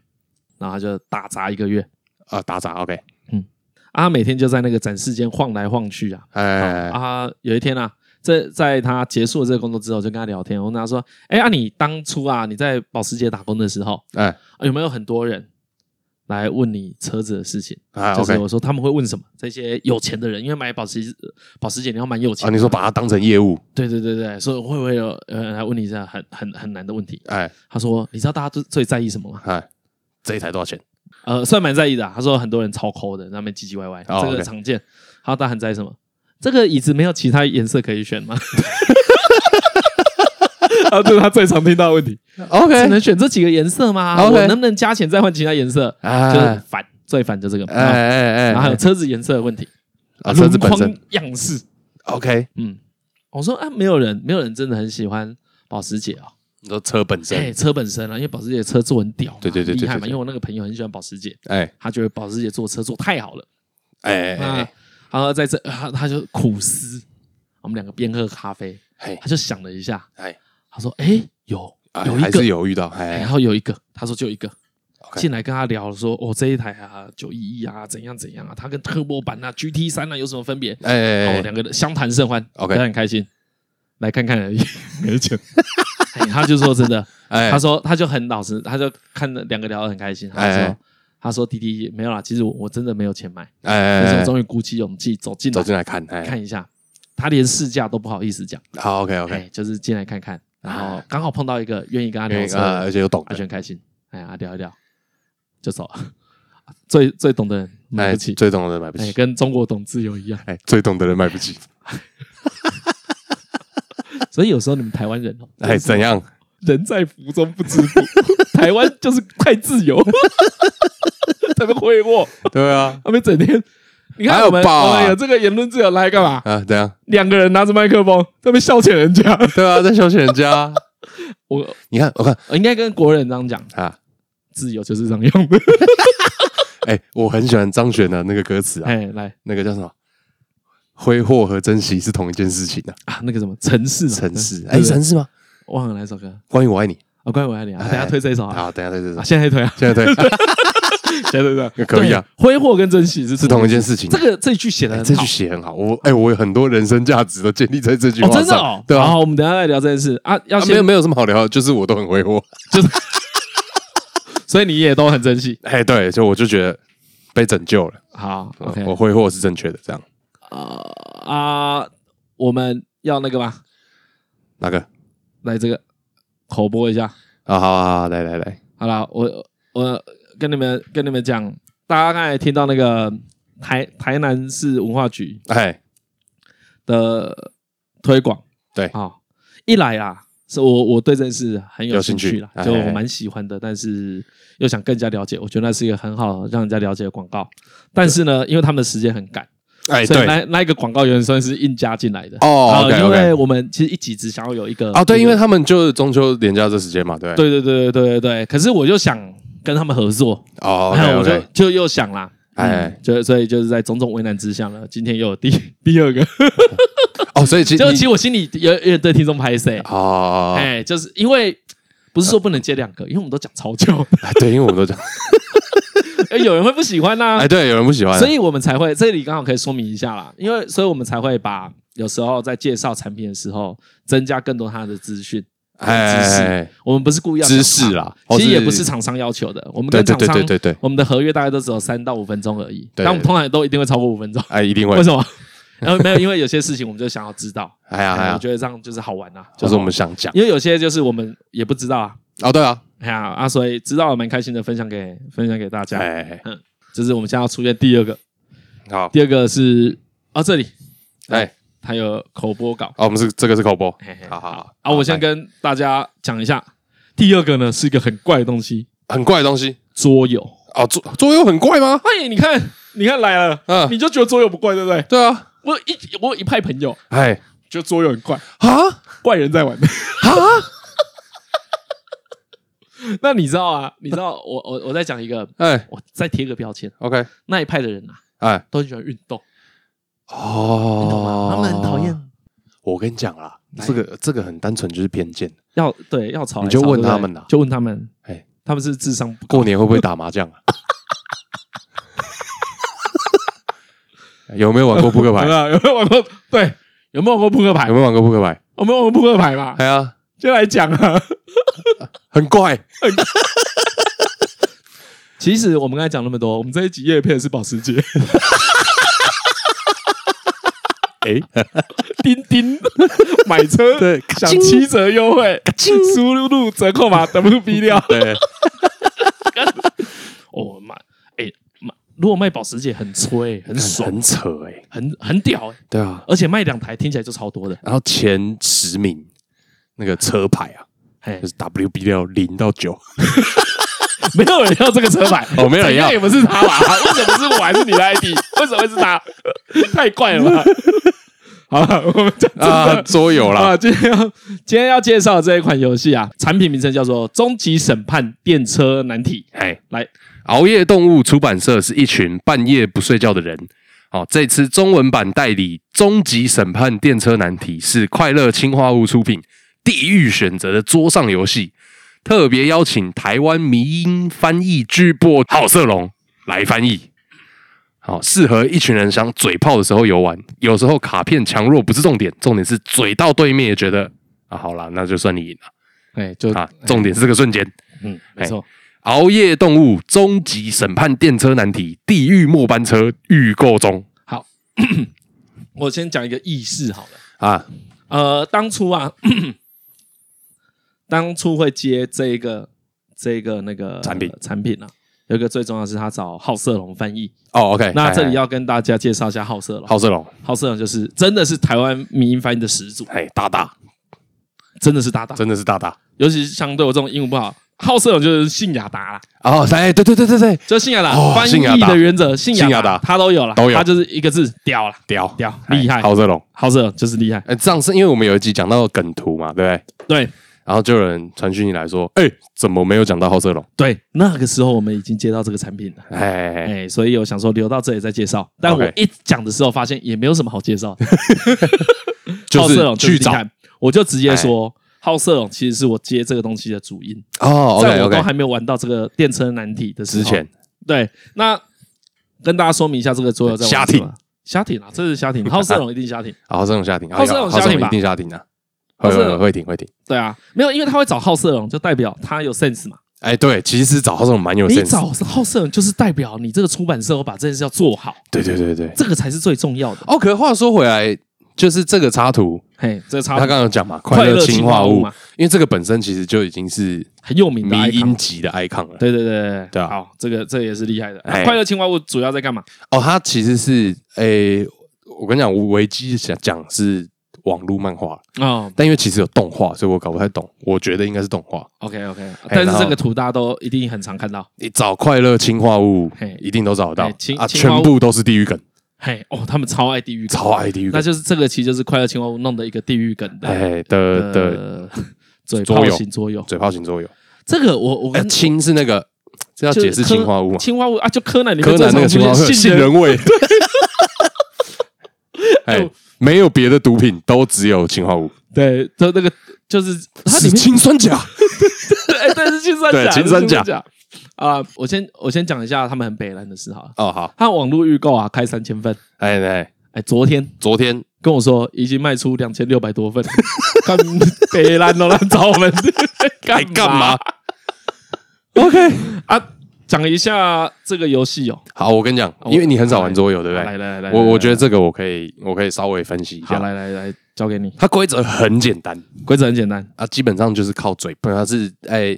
Speaker 1: 然后他就打杂一个月
Speaker 2: 啊，打杂，OK，
Speaker 1: 啊，他每天就在那个展示间晃来晃去啊，
Speaker 2: 哎，
Speaker 1: 啊，有一天啊，在在他结束了这个工作之后，就跟他聊天，我跟他说：“哎、啊，你当初啊，你在保时捷打工的时候，
Speaker 2: 哎，
Speaker 1: 啊有没有很多人来问你车子的事情？”
Speaker 2: 啊
Speaker 1: 就是
Speaker 2: ，OK，
Speaker 1: 我说他们会问什么？这些有钱的人，因为买保时保时捷你要蛮有钱
Speaker 2: 啊，
Speaker 1: 的
Speaker 2: 你说把它当成业务，
Speaker 1: 对对对对，所以会不会有有人来问你这样很很很难的问题？
Speaker 2: 哎
Speaker 1: 他说：“你知道大家最最在意什么吗？
Speaker 2: 哎，这一台多少钱？
Speaker 1: 呃，算蛮在意的、啊。”他说：“很多人超抠的，在那边唧唧歪歪，
Speaker 2: 哦
Speaker 1: 这个
Speaker 2: OK
Speaker 1: 常见。”他说：“大家很在意什么？这个椅子没有其他颜色可以 选吗？”啊，这是他最常听到的问题， 只能选这几个颜色吗
Speaker 2: OK
Speaker 1: 我能不能加钱再换其他颜色？
Speaker 2: 哎
Speaker 1: 就是烦，最烦就这个。
Speaker 2: 哎哎哎，
Speaker 1: 然后还有车子颜色的问题，
Speaker 2: 啊，车子本
Speaker 1: 轮
Speaker 2: 身
Speaker 1: 框样式。
Speaker 2: ，OK，
Speaker 1: 嗯，我说啊，没有人，没有人真的很喜欢保时捷哦。
Speaker 2: 你说车本
Speaker 1: 哎、
Speaker 2: 身，
Speaker 1: 车本身啊，因为保时捷的车做很屌嘛，
Speaker 2: 对对对对
Speaker 1: 厉害
Speaker 2: 对
Speaker 1: 嘛。
Speaker 2: 对
Speaker 1: 因为我那个朋友很喜欢保时捷，
Speaker 2: 哎
Speaker 1: 他觉得保时捷做车做太好了，
Speaker 2: 哎
Speaker 1: 那
Speaker 2: 哎
Speaker 1: 然后在这他他就苦思，我们两个边喝咖啡，
Speaker 2: 哎
Speaker 1: 他就想了一下，
Speaker 2: 哎
Speaker 1: 他说：“哎，有
Speaker 2: 哎，
Speaker 1: 有一
Speaker 2: 还是
Speaker 1: 个，
Speaker 2: 有遇到，
Speaker 1: 然
Speaker 2: 哎
Speaker 1: 后有一个，他说就一个。”
Speaker 2: OK
Speaker 1: 进来跟他聊说，哦，这一台啊，九一一啊，怎样怎样啊，它跟特波版啊、GT 三啊有什么分别？
Speaker 2: 哎哎
Speaker 1: 哦，
Speaker 2: 哎
Speaker 1: 两个人相谈甚欢
Speaker 2: OK
Speaker 1: 聊得很开心，来看看而已， 没钱。 哎他就说真的，
Speaker 2: 哎，
Speaker 1: 他说他就很老实，他就看了两个聊得很开心，他
Speaker 2: 哎
Speaker 1: 说
Speaker 2: 哎
Speaker 1: 他说弟弟没有啦，其实我我真的没有钱买，
Speaker 2: 哎
Speaker 1: 但是我
Speaker 2: 哎，
Speaker 1: 终于鼓起勇气走进
Speaker 2: 走
Speaker 1: 来
Speaker 2: 进来看，哎，
Speaker 1: 看一下，他连试驾都不好意思讲，
Speaker 2: 好，OK 啊
Speaker 1: 哎
Speaker 2: OK，，
Speaker 1: 就是进来看看，然后刚好碰到一个愿意跟他聊车
Speaker 2: 啊，
Speaker 1: 的，
Speaker 2: 而且又懂
Speaker 1: 他就很开心，哎呀聊一聊就走了，最最懂的人买
Speaker 2: 哎，
Speaker 1: 不起，
Speaker 2: 最懂的人买不
Speaker 1: 哎
Speaker 2: 起，
Speaker 1: 跟中国懂自由一样，
Speaker 2: 哎，最懂的人买 不起，
Speaker 1: 所以有时候你们台湾人哦，
Speaker 2: 哎，怎 样？
Speaker 1: 人在福中不知福，台湾就是太自由， 他们挥霍，
Speaker 2: 对啊，
Speaker 1: 他们整天。你
Speaker 2: 还
Speaker 1: 看
Speaker 2: 有
Speaker 1: 我们，
Speaker 2: 爆啊
Speaker 1: 我们有这个言论自由来干嘛？
Speaker 2: 啊，怎样？
Speaker 1: 两个人拿着麦克风，他们消遣人家。
Speaker 2: 对啊，在消遣人家。
Speaker 1: 我
Speaker 2: 你看，我看
Speaker 1: 我呃应该跟国人这样讲，
Speaker 2: 啊，
Speaker 1: 自由就是这样用的。
Speaker 2: 哎，我很喜欢张悬的那个歌词啊，
Speaker 1: 哎，来，
Speaker 2: 那个叫什么？挥霍和珍惜是同一件事情啊。
Speaker 1: 啊，那个什么城市嘛，
Speaker 2: 城市，
Speaker 1: 对
Speaker 2: 哎，
Speaker 1: 对对
Speaker 2: 城市吗？
Speaker 1: 忘了哪首歌，
Speaker 2: 关于我爱你，
Speaker 1: 我关于我爱你啊，
Speaker 2: 哎
Speaker 1: 等一下推这一首啊，
Speaker 2: 好，等一下再这
Speaker 1: 啊
Speaker 2: 首，
Speaker 1: 现在推啊，
Speaker 2: 现在对，
Speaker 1: 现在推这
Speaker 2: 可以啊，
Speaker 1: 对挥霍跟珍惜是
Speaker 2: 是同一件事情
Speaker 1: 这。个这一句写的
Speaker 2: 哎
Speaker 1: 很
Speaker 2: 这
Speaker 1: 好
Speaker 2: 句。写很好，我哎，我有很多人生价值都建立在这句
Speaker 1: 哦，
Speaker 2: 话上，
Speaker 1: 真的哦，
Speaker 2: 对啊
Speaker 1: 好，，我们等一下来聊这件事啊。要
Speaker 2: 啊
Speaker 1: 先
Speaker 2: 没有，没有什么好聊的，就是我都很 挥霍，
Speaker 1: 所以你也都很珍惜。
Speaker 2: 哎，对，就我就觉得被拯救了，
Speaker 1: 好
Speaker 2: 嗯
Speaker 1: ，OK，
Speaker 2: 我挥霍是正确的，这样
Speaker 1: 啊，我们要那个吗？
Speaker 2: 哪个？
Speaker 1: 来这个口播一下。
Speaker 2: 啊，好好好，来来来，
Speaker 1: 好了，我我跟你们跟你们讲，大家刚才听到那个台台南市文化局
Speaker 2: 哎，
Speaker 1: 的呃推广，
Speaker 2: 对
Speaker 1: 啊、一来啊，是我我对这件事很有
Speaker 2: 有
Speaker 1: 兴
Speaker 2: 兴
Speaker 1: 趣
Speaker 2: 趣
Speaker 1: 啦，
Speaker 2: 哎
Speaker 1: 就我蛮喜欢的，但是又想更加了解，我觉得那是一个很好让人家了解的广告。但是呢，因为他们的时间很赶，
Speaker 2: 哎，
Speaker 1: 所以
Speaker 2: 对，
Speaker 1: 那那一个广告原算是硬加进来的
Speaker 2: 哦
Speaker 1: 呃
Speaker 2: OK，OK
Speaker 1: 因为我们其实一集只想要有一个
Speaker 2: 啊，对，
Speaker 1: 一
Speaker 2: 因
Speaker 1: 个
Speaker 2: 为他们就是中秋连假这时间嘛，对，，
Speaker 1: 对对对对对对对，可是我又想跟他们合作，
Speaker 2: 哦
Speaker 1: 然
Speaker 2: ，OK
Speaker 1: 哎后我就
Speaker 2: OK，
Speaker 1: 就又想啦，哎
Speaker 2: 哎，
Speaker 1: 就所以就是在种种为难之下呢，今天又有第第 二个，
Speaker 2: 哦，所以其实
Speaker 1: 就
Speaker 2: 你
Speaker 1: 其实我心里有有点对听众拍谁，
Speaker 2: 哦，
Speaker 1: 哎，就是因为不是说不能接两个，因为我们都讲超久，
Speaker 2: 哎对，因为我们都讲，
Speaker 1: 哎 有人会不喜欢呐
Speaker 2: 哎，，对，有人不喜欢，
Speaker 1: 所以我们才会这里刚好可以说明一下啦，因为所以我们才会把有时候在介绍产品的时候增加更多它的资讯。
Speaker 2: 哎
Speaker 1: 知识
Speaker 2: 哎，哎
Speaker 1: 我们不是故意要
Speaker 2: 知识啦
Speaker 1: 讲长其
Speaker 2: 或
Speaker 1: 实
Speaker 2: 是
Speaker 1: 也不是厂商要求的。我们
Speaker 2: 对
Speaker 1: 跟厂
Speaker 2: 对对
Speaker 1: 商，
Speaker 2: 对对对，
Speaker 1: 我们的合约大概都只有三到五分钟而已，
Speaker 2: 对
Speaker 1: 但我们通常都一定会超过五分钟。
Speaker 2: 哎，一定会
Speaker 1: 为，什么？然后没有，因为有些事情我们就想要知 道，
Speaker 2: 哎呀哎
Speaker 1: 哎我
Speaker 2: 呀，
Speaker 1: 觉得这样就是好玩啊，
Speaker 2: 就
Speaker 1: 好
Speaker 2: 是我们想讲，
Speaker 1: 因为有些就是我们也不知道啊，
Speaker 2: 哦，对啊，
Speaker 1: 哎呀啊，所以知道了蛮开心的，分享给分享给大
Speaker 2: 哎
Speaker 1: 家。嗯
Speaker 2: 哎，
Speaker 1: 就是我们现在要出现第二个，
Speaker 2: 哎好，
Speaker 1: 第二个是啊这里，
Speaker 2: 哎，
Speaker 1: 它有口播稿，
Speaker 2: 哦，我们是这个是口播，
Speaker 1: 嘿嘿
Speaker 2: 好好好
Speaker 1: 啊，我先跟大家讲一下，第二个呢是一个很怪的东西，
Speaker 2: 很怪的东西，
Speaker 1: 桌游。
Speaker 2: 哦，桌桌游很怪吗？
Speaker 1: 哎，你看，你看来了，
Speaker 2: 嗯
Speaker 1: 你就觉得桌游不怪，对不对？
Speaker 2: 对啊，
Speaker 1: 啊我有一我有一派朋友
Speaker 2: 哎，
Speaker 1: 觉得桌游很怪，
Speaker 2: 啊
Speaker 1: 怪人在玩的。那你知道啊？你知 道我我我再讲一个，
Speaker 2: 哎
Speaker 1: 我再贴一个标签，
Speaker 2: ，OK，
Speaker 1: 那一派的人啊，
Speaker 2: 哎，
Speaker 1: 都很喜欢运动，你懂
Speaker 2: 哦
Speaker 1: 吗？，他们很讨厌
Speaker 2: 我跟你讲啦，这个这个很单纯就是偏见。
Speaker 1: 要对要吵来吵，
Speaker 2: 你就
Speaker 1: 对不
Speaker 2: 问
Speaker 1: 对
Speaker 2: 他们啊
Speaker 1: 就问他们，
Speaker 2: 哎，
Speaker 1: 他们是智商不
Speaker 2: 过
Speaker 1: 够，
Speaker 2: 年会不会打麻将 啊？有 没有玩过扑克牌
Speaker 1: 有没？有有没有玩过？对，有没有玩过扑克牌
Speaker 2: 有？没有玩过扑克牌？
Speaker 1: 我们玩过扑克牌嘛，
Speaker 2: 哎呀，
Speaker 1: 就来讲啊。
Speaker 2: 很怪
Speaker 1: 其实我们刚才讲那么多，我们这一集叶片是保时捷，
Speaker 2: 哎，
Speaker 1: 钉钉买车
Speaker 2: 对
Speaker 1: 享七折优惠，输入折扣 码 WB 料。
Speaker 2: 对，
Speaker 1: 哦妈，哎妈，如果卖保时捷很吹，很爽，
Speaker 2: 很扯哎。
Speaker 1: 很很屌，哎
Speaker 2: 对啊，
Speaker 1: 而且卖两台听起来就超多的。
Speaker 2: 然后前十名那个车牌啊，
Speaker 1: 哎
Speaker 2: 就，是 WB 料零到九，
Speaker 1: 没有人要这个车牌，
Speaker 2: 哦没有人
Speaker 1: 怎
Speaker 2: 要
Speaker 1: 样也不是他吧？ 为什么是我还是你的 ID？为什么会是他？太怪了吧！ 好了，我们讲真的
Speaker 2: 啊，桌游啦
Speaker 1: 啊，，今天要今天要介绍的这一款游戏啊，产品名称叫做《终极审判电车难题》。
Speaker 2: 哎，
Speaker 1: 来，
Speaker 2: 熬夜动物出版社是一群半夜不睡觉的人。哦，这次中文版代理《终极审判电车难题》是快乐氢化物出品，地狱选择的桌上游戏，特别邀请台湾迷音翻译巨擘郝瑟龙来翻译。好、适合一群人想嘴炮的时候游玩。有时候卡片强弱不是重点，重点是嘴到对面也觉得啊，好啦，那就算你赢了
Speaker 1: 哎，就
Speaker 2: 啊。重点是这个瞬间。
Speaker 1: 嗯，没错，
Speaker 2: 熬夜动物终极审判电车难题地狱末班车预购中
Speaker 1: 我先讲一个意识好了。
Speaker 2: 啊！
Speaker 1: 呃，当初啊， 当初会接这一个这一个那个
Speaker 2: 产品
Speaker 1: 产品啊，有一个最重要的是他找好色龙翻译。
Speaker 2: 哦，OK，
Speaker 1: 那这里
Speaker 2: 要
Speaker 1: 要跟大家介绍一下好色龙，
Speaker 2: 好色龙，
Speaker 1: 好色龙就是真的是台湾民音翻译的始祖，
Speaker 2: 哎，大大
Speaker 1: 真的是大大，
Speaker 2: 真的是大大
Speaker 1: 尤其是相对我这种英文不好，好色龙就是信雅达啦。
Speaker 2: 哦，哎，对对对对对，
Speaker 1: 就信雅达、
Speaker 2: 哦
Speaker 1: 翻
Speaker 2: 信雅
Speaker 1: 译
Speaker 2: 达
Speaker 1: 的原则，信
Speaker 2: 信
Speaker 1: 雅
Speaker 2: 雅
Speaker 1: 达
Speaker 2: 达
Speaker 1: 他都有了，
Speaker 2: 都有
Speaker 1: 他就是一个字屌了，
Speaker 2: 屌
Speaker 1: 屌
Speaker 2: 哎
Speaker 1: 厉害
Speaker 2: 好色龙。
Speaker 1: 好色就是厉害，
Speaker 2: 哎，上次因为我们有一集讲到梗图嘛，对不
Speaker 1: 对，
Speaker 2: 对？然后就有人传讯息来说，哎、怎么没有讲到好色龙？
Speaker 1: 对，那个时候我们已经接到这个产品了。
Speaker 2: 哎，
Speaker 1: 哎，所以我想说留到这里再介绍，但我
Speaker 2: OK
Speaker 1: 一讲的时候发现也没有什么好介绍的，
Speaker 2: 就
Speaker 1: 好
Speaker 2: 是
Speaker 1: 色龙
Speaker 2: 去找
Speaker 1: 你
Speaker 2: 哎
Speaker 1: 看，我就直接说好色龙其实是我接这个东西的主因，
Speaker 2: 哦
Speaker 1: 在
Speaker 2: ，OK
Speaker 1: 我
Speaker 2: OK，
Speaker 1: 都还没有玩到这个电车难题的时候
Speaker 2: 之前
Speaker 1: 对，那跟大家说明一下这个桌游在玩
Speaker 2: 瞎
Speaker 1: 什
Speaker 2: 挺
Speaker 1: 么虾艇啊，这是 虾艇，好色龙一定虾艇，
Speaker 2: 好色龙下停，
Speaker 1: 好色龙
Speaker 2: 好
Speaker 1: 下
Speaker 2: 色
Speaker 1: 停
Speaker 2: 龙
Speaker 1: 吧
Speaker 2: 一定下停啊，
Speaker 1: 好
Speaker 2: 会
Speaker 1: 色
Speaker 2: 会
Speaker 1: 龙
Speaker 2: 会会停会停。
Speaker 1: 对啊，没有，因为他会找好色龙，就代表他有 sense 嘛。
Speaker 2: 哎，对，其实找好色龙蛮有
Speaker 1: 你
Speaker 2: sense，
Speaker 1: 找好色龙就是代表你这个出版社我把这件事要做好，
Speaker 2: 对对对对。
Speaker 1: 这个才是最重要的。
Speaker 2: 哦，可话说回来，就是这个插图，
Speaker 1: 嘿，这个差
Speaker 2: 他刚刚有讲嘛，
Speaker 1: 快乐
Speaker 2: 快乐
Speaker 1: 氢
Speaker 2: 氢
Speaker 1: 化
Speaker 2: 化
Speaker 1: 物
Speaker 2: 物
Speaker 1: 嘛，
Speaker 2: 因为这个本身其实就已经是
Speaker 1: 很有名的
Speaker 2: 迷
Speaker 1: icon
Speaker 2: 音级的 icon 了。
Speaker 1: 对对对对
Speaker 2: 对啊
Speaker 1: 好，这个这个也是厉害的。
Speaker 2: 哎
Speaker 1: 快乐青蛙屋主要在干嘛？
Speaker 2: 哦，它其实是诶、我跟你讲，维基讲讲是网络漫画，
Speaker 1: 哦
Speaker 2: 但因为其实有动画，所以我搞不太懂。我觉得应该是动画。
Speaker 1: ，OK OK，但是
Speaker 2: 哎然后
Speaker 1: 这个图大家都一定很常看到。
Speaker 2: 你找快乐氢化物
Speaker 1: 嘿，
Speaker 2: 一定都找得到
Speaker 1: 嘿氢
Speaker 2: 啊，
Speaker 1: 氢化物
Speaker 2: 全部都是地狱梗，
Speaker 1: 嘿，哦，他们超爱地狱梗，
Speaker 2: 超爱地狱
Speaker 1: 那
Speaker 2: 梗。
Speaker 1: 就是这个其实就是快乐青蛙屋弄的一个地狱梗的
Speaker 2: 哎的的
Speaker 1: 呃 嘴
Speaker 2: 桌
Speaker 1: 炮
Speaker 2: 游
Speaker 1: 型桌游。
Speaker 2: 嘴炮型桌游，
Speaker 1: 这个我我
Speaker 2: 哎，
Speaker 1: 跟
Speaker 2: 氢是那个这要
Speaker 1: 嗯就是
Speaker 2: 解释
Speaker 1: 柯
Speaker 2: 氢化物嘛？
Speaker 1: 青蛙屋啊，就柯南里面
Speaker 2: 柯南那个氢
Speaker 1: 最
Speaker 2: 化
Speaker 1: 常
Speaker 2: 物
Speaker 1: 出
Speaker 2: 会有
Speaker 1: 现
Speaker 2: 杏
Speaker 1: 杏仁
Speaker 2: 仁味， 哎，没有别的毒品，都只有氰化物，
Speaker 1: 对，就那个就是它里
Speaker 2: 是
Speaker 1: 面
Speaker 2: 氰酸钾。
Speaker 1: 哎，对是金三
Speaker 2: 对
Speaker 1: 角，
Speaker 2: 金
Speaker 1: 是
Speaker 2: 三角
Speaker 1: 角啊。我先我先讲一下他们很北蓝的事哈。
Speaker 2: 哦，好，
Speaker 1: 他网络预购啊，开三千份，
Speaker 2: 哎哎，
Speaker 1: 哎，昨天
Speaker 2: 昨天
Speaker 1: 跟我说已经卖出两千六百多份， 干北兰都来找我 们
Speaker 2: 该干嘛？
Speaker 1: 啊？讲一下这个游戏哦，
Speaker 2: 好，我跟你讲，
Speaker 1: 我
Speaker 2: 因为你很少玩桌游，对不
Speaker 1: 来来
Speaker 2: 对？
Speaker 1: 来来，
Speaker 2: 我
Speaker 1: 来
Speaker 2: 我觉得这个我可以，我可以稍微分析一
Speaker 1: 好，
Speaker 2: 下。
Speaker 1: 来来来，交给你，
Speaker 2: 它规则很简单
Speaker 1: 规则很简单，
Speaker 2: 啊，基本上就是靠嘴，不然它是哎，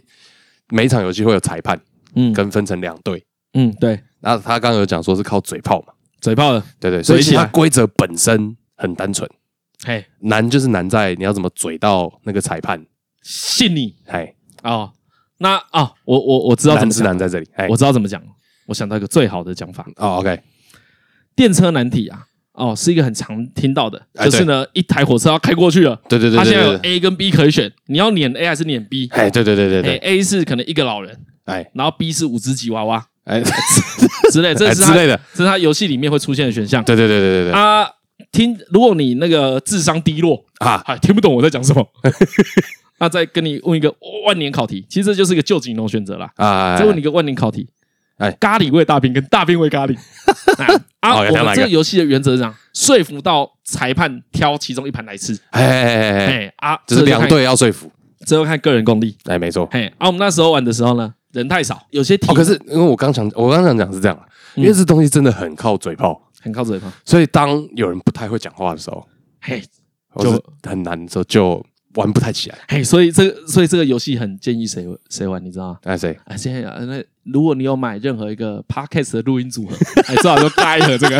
Speaker 2: 每一场游戏会有裁判，
Speaker 1: 嗯
Speaker 2: 跟分成两队。
Speaker 1: 嗯，对，
Speaker 2: 那他刚刚有讲说是靠嘴炮嘛，
Speaker 1: 嘴炮的，
Speaker 2: 对对，所以
Speaker 1: 嘴
Speaker 2: 其
Speaker 1: 起
Speaker 2: 实
Speaker 1: 来
Speaker 2: 它规则本身很单纯，
Speaker 1: 嘿，
Speaker 2: 难就是难在你要怎么嘴到那个裁判，
Speaker 1: 信你
Speaker 2: 哎，
Speaker 1: 哦。那啊，我我我知道怎
Speaker 2: 难
Speaker 1: 么
Speaker 2: 是
Speaker 1: 讲
Speaker 2: 难，在这里，哎
Speaker 1: 我，哎知道怎么讲，我想到一个最好的讲法，
Speaker 2: 哦，OK，
Speaker 1: 电车难题啊，哦，是一个很常听到的，
Speaker 2: 哎
Speaker 1: 就是呢，一台火车要开过去了，
Speaker 2: 对对对
Speaker 1: 它现在有
Speaker 2: 对对，
Speaker 1: A 跟 B 可以选，你要撵 A 还是撵 B？
Speaker 2: 哎，对对对对
Speaker 1: 哎
Speaker 2: 对，
Speaker 1: ，A 是可能一个老人，
Speaker 2: 哎
Speaker 1: 然后 B 是五只吉娃娃
Speaker 2: 哎，
Speaker 1: 之类，这
Speaker 2: 哎
Speaker 1: 是
Speaker 2: 之
Speaker 1: 它
Speaker 2: 类的，
Speaker 1: 这是它游戏里面会出现的选项
Speaker 2: 对对对对对对
Speaker 1: 啊。听，如果你那个智商低落，
Speaker 2: 啊，
Speaker 1: 还听不懂我在讲什么， 那再跟你问一个万年考题，其实这就是一个旧锦龙选择啦。
Speaker 2: 啊，
Speaker 1: 再问你一个万年考题，
Speaker 2: 哎哦
Speaker 1: 咖喱味大兵跟大兵味 咖喱啊啊！
Speaker 2: 好
Speaker 1: 我
Speaker 2: 想哪
Speaker 1: 们
Speaker 2: 一
Speaker 1: 这
Speaker 2: 个
Speaker 1: 个游戏的原则是这样，说服到裁判挑其中一盘来吃。
Speaker 2: 哎哎哎哎哎，
Speaker 1: 哎啊，
Speaker 2: 就是两
Speaker 1: 这就看，
Speaker 2: 队要说服，
Speaker 1: 这就看个人功力。
Speaker 2: 哎，没错。
Speaker 1: 嘿，啊，我们那时候玩的时候呢，人太少，有些题
Speaker 2: 哦，可是因为我刚想，我刚想讲是这样啊，因
Speaker 1: 嗯
Speaker 2: 为这东西真的很靠嘴炮，
Speaker 1: 很靠嘴嘛。
Speaker 2: 所以当有人不太会讲话的时候，
Speaker 1: 嘿，
Speaker 2: 或是很难的时候就玩不太起来。
Speaker 1: 嘿，所以这个，所以这个游戏很建议谁谁玩，你知道吗？
Speaker 2: 哎，谁？
Speaker 1: 啊，现在啊那如果你有买任何一个 podcast 的录音组合， 哎，最好就搭一盒这个。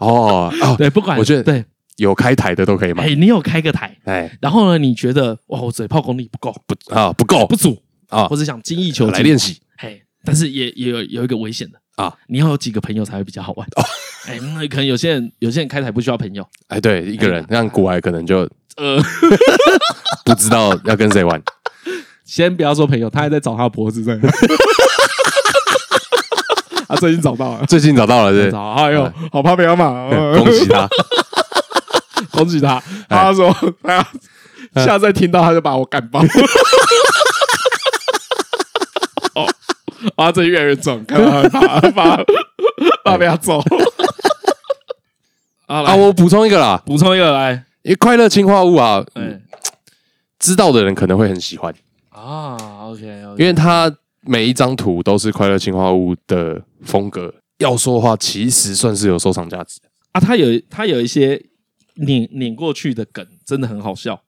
Speaker 2: 哦哦，
Speaker 1: 对，不管
Speaker 2: 我觉得
Speaker 1: 对，
Speaker 2: 有开台的都可以买。
Speaker 1: 哎，你有开个台，
Speaker 2: 哎，
Speaker 1: 然后呢，你觉得哇，我嘴炮功力不够，
Speaker 2: 不啊，不够
Speaker 1: 不足，
Speaker 2: 啊
Speaker 1: 或，者想精益求精
Speaker 2: 来练习。
Speaker 1: 嘿，但是也也有有一个危险的
Speaker 2: 啊，哦
Speaker 1: 你要有几个朋友才会比较好玩。哎、那可能有些人有些人开台不需要朋 友，
Speaker 2: 哎，对，一个人，让古埃可能就
Speaker 1: 呃，
Speaker 2: 不知道要跟谁玩。
Speaker 1: 先不要说朋友，他还在找他的脖子这 样。他最近找到了，
Speaker 2: 最近找到了，是不
Speaker 1: 找哎呦，好怕被他骂，
Speaker 2: 是 哎恭喜哎他。
Speaker 1: 恭喜他。他说他
Speaker 2: 哎
Speaker 1: 下次再听到他就把我干爆。 哦，啊，这越来越重，看到他怕怕怕被他 揍。啊，
Speaker 2: 啊，
Speaker 1: 来
Speaker 2: 我补充一个啦，
Speaker 1: 补充一个来，
Speaker 2: 因为快乐氢化物啊，
Speaker 1: 哎
Speaker 2: 知道的人可能会很喜欢，
Speaker 1: 啊，OK OK，
Speaker 2: 因为它每一张图都是快乐氰化物的风格。要说的话，其实算是有收藏价值的。
Speaker 1: 啊，他有他有一些碾碾过去的梗，真的很好笑。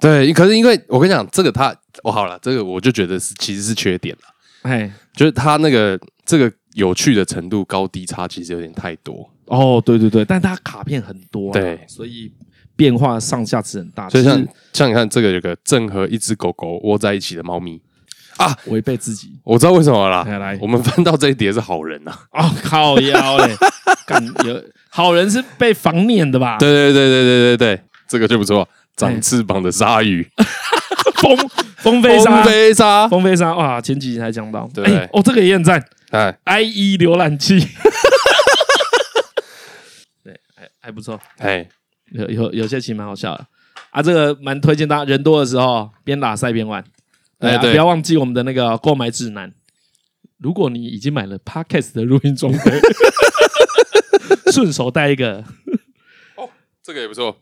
Speaker 2: 对，可是因为我跟你讲，这个它哦好了，这个我就觉得是其实是缺点了，
Speaker 1: 哎，
Speaker 2: 就是它那个这个有趣的程度高低差其实有点太多。
Speaker 1: 哦，对对对，但他卡片很多啊，
Speaker 2: 对
Speaker 1: 所以变化上下值很大，
Speaker 2: 所以像
Speaker 1: 就是
Speaker 2: 像你看这个有个正和一只狗狗窝在一起的猫咪，
Speaker 1: 违背自己
Speaker 2: 我知道为什么了
Speaker 1: 来
Speaker 2: 啦。
Speaker 1: 来
Speaker 2: 我们翻到这一叠是好人啊。
Speaker 1: 啊，靠腰 嘞，干有好人是被防碾的吧？
Speaker 2: 啊对对对对对对对，这个就不错。长翅膀的鲨鱼，
Speaker 1: 风风飞
Speaker 2: 风
Speaker 1: 沙，
Speaker 2: 飞鲨，
Speaker 1: 风飞沙，哇，前几集才讲到，
Speaker 2: 对不对
Speaker 1: 哎哦，这个也很赞
Speaker 2: 哎，
Speaker 1: ，IE 浏览 器，对，还还不错，
Speaker 2: 哎，
Speaker 1: 有有有些其实蛮好笑的啊，这个蛮推荐大家人多的时候边打赛边玩，
Speaker 2: 哎
Speaker 1: 哎，
Speaker 2: 对
Speaker 1: 不要忘记我们的那个购买指南。如果你已经买了 Podcast 的录音装 备，顺手带一个，
Speaker 2: 这个也不错，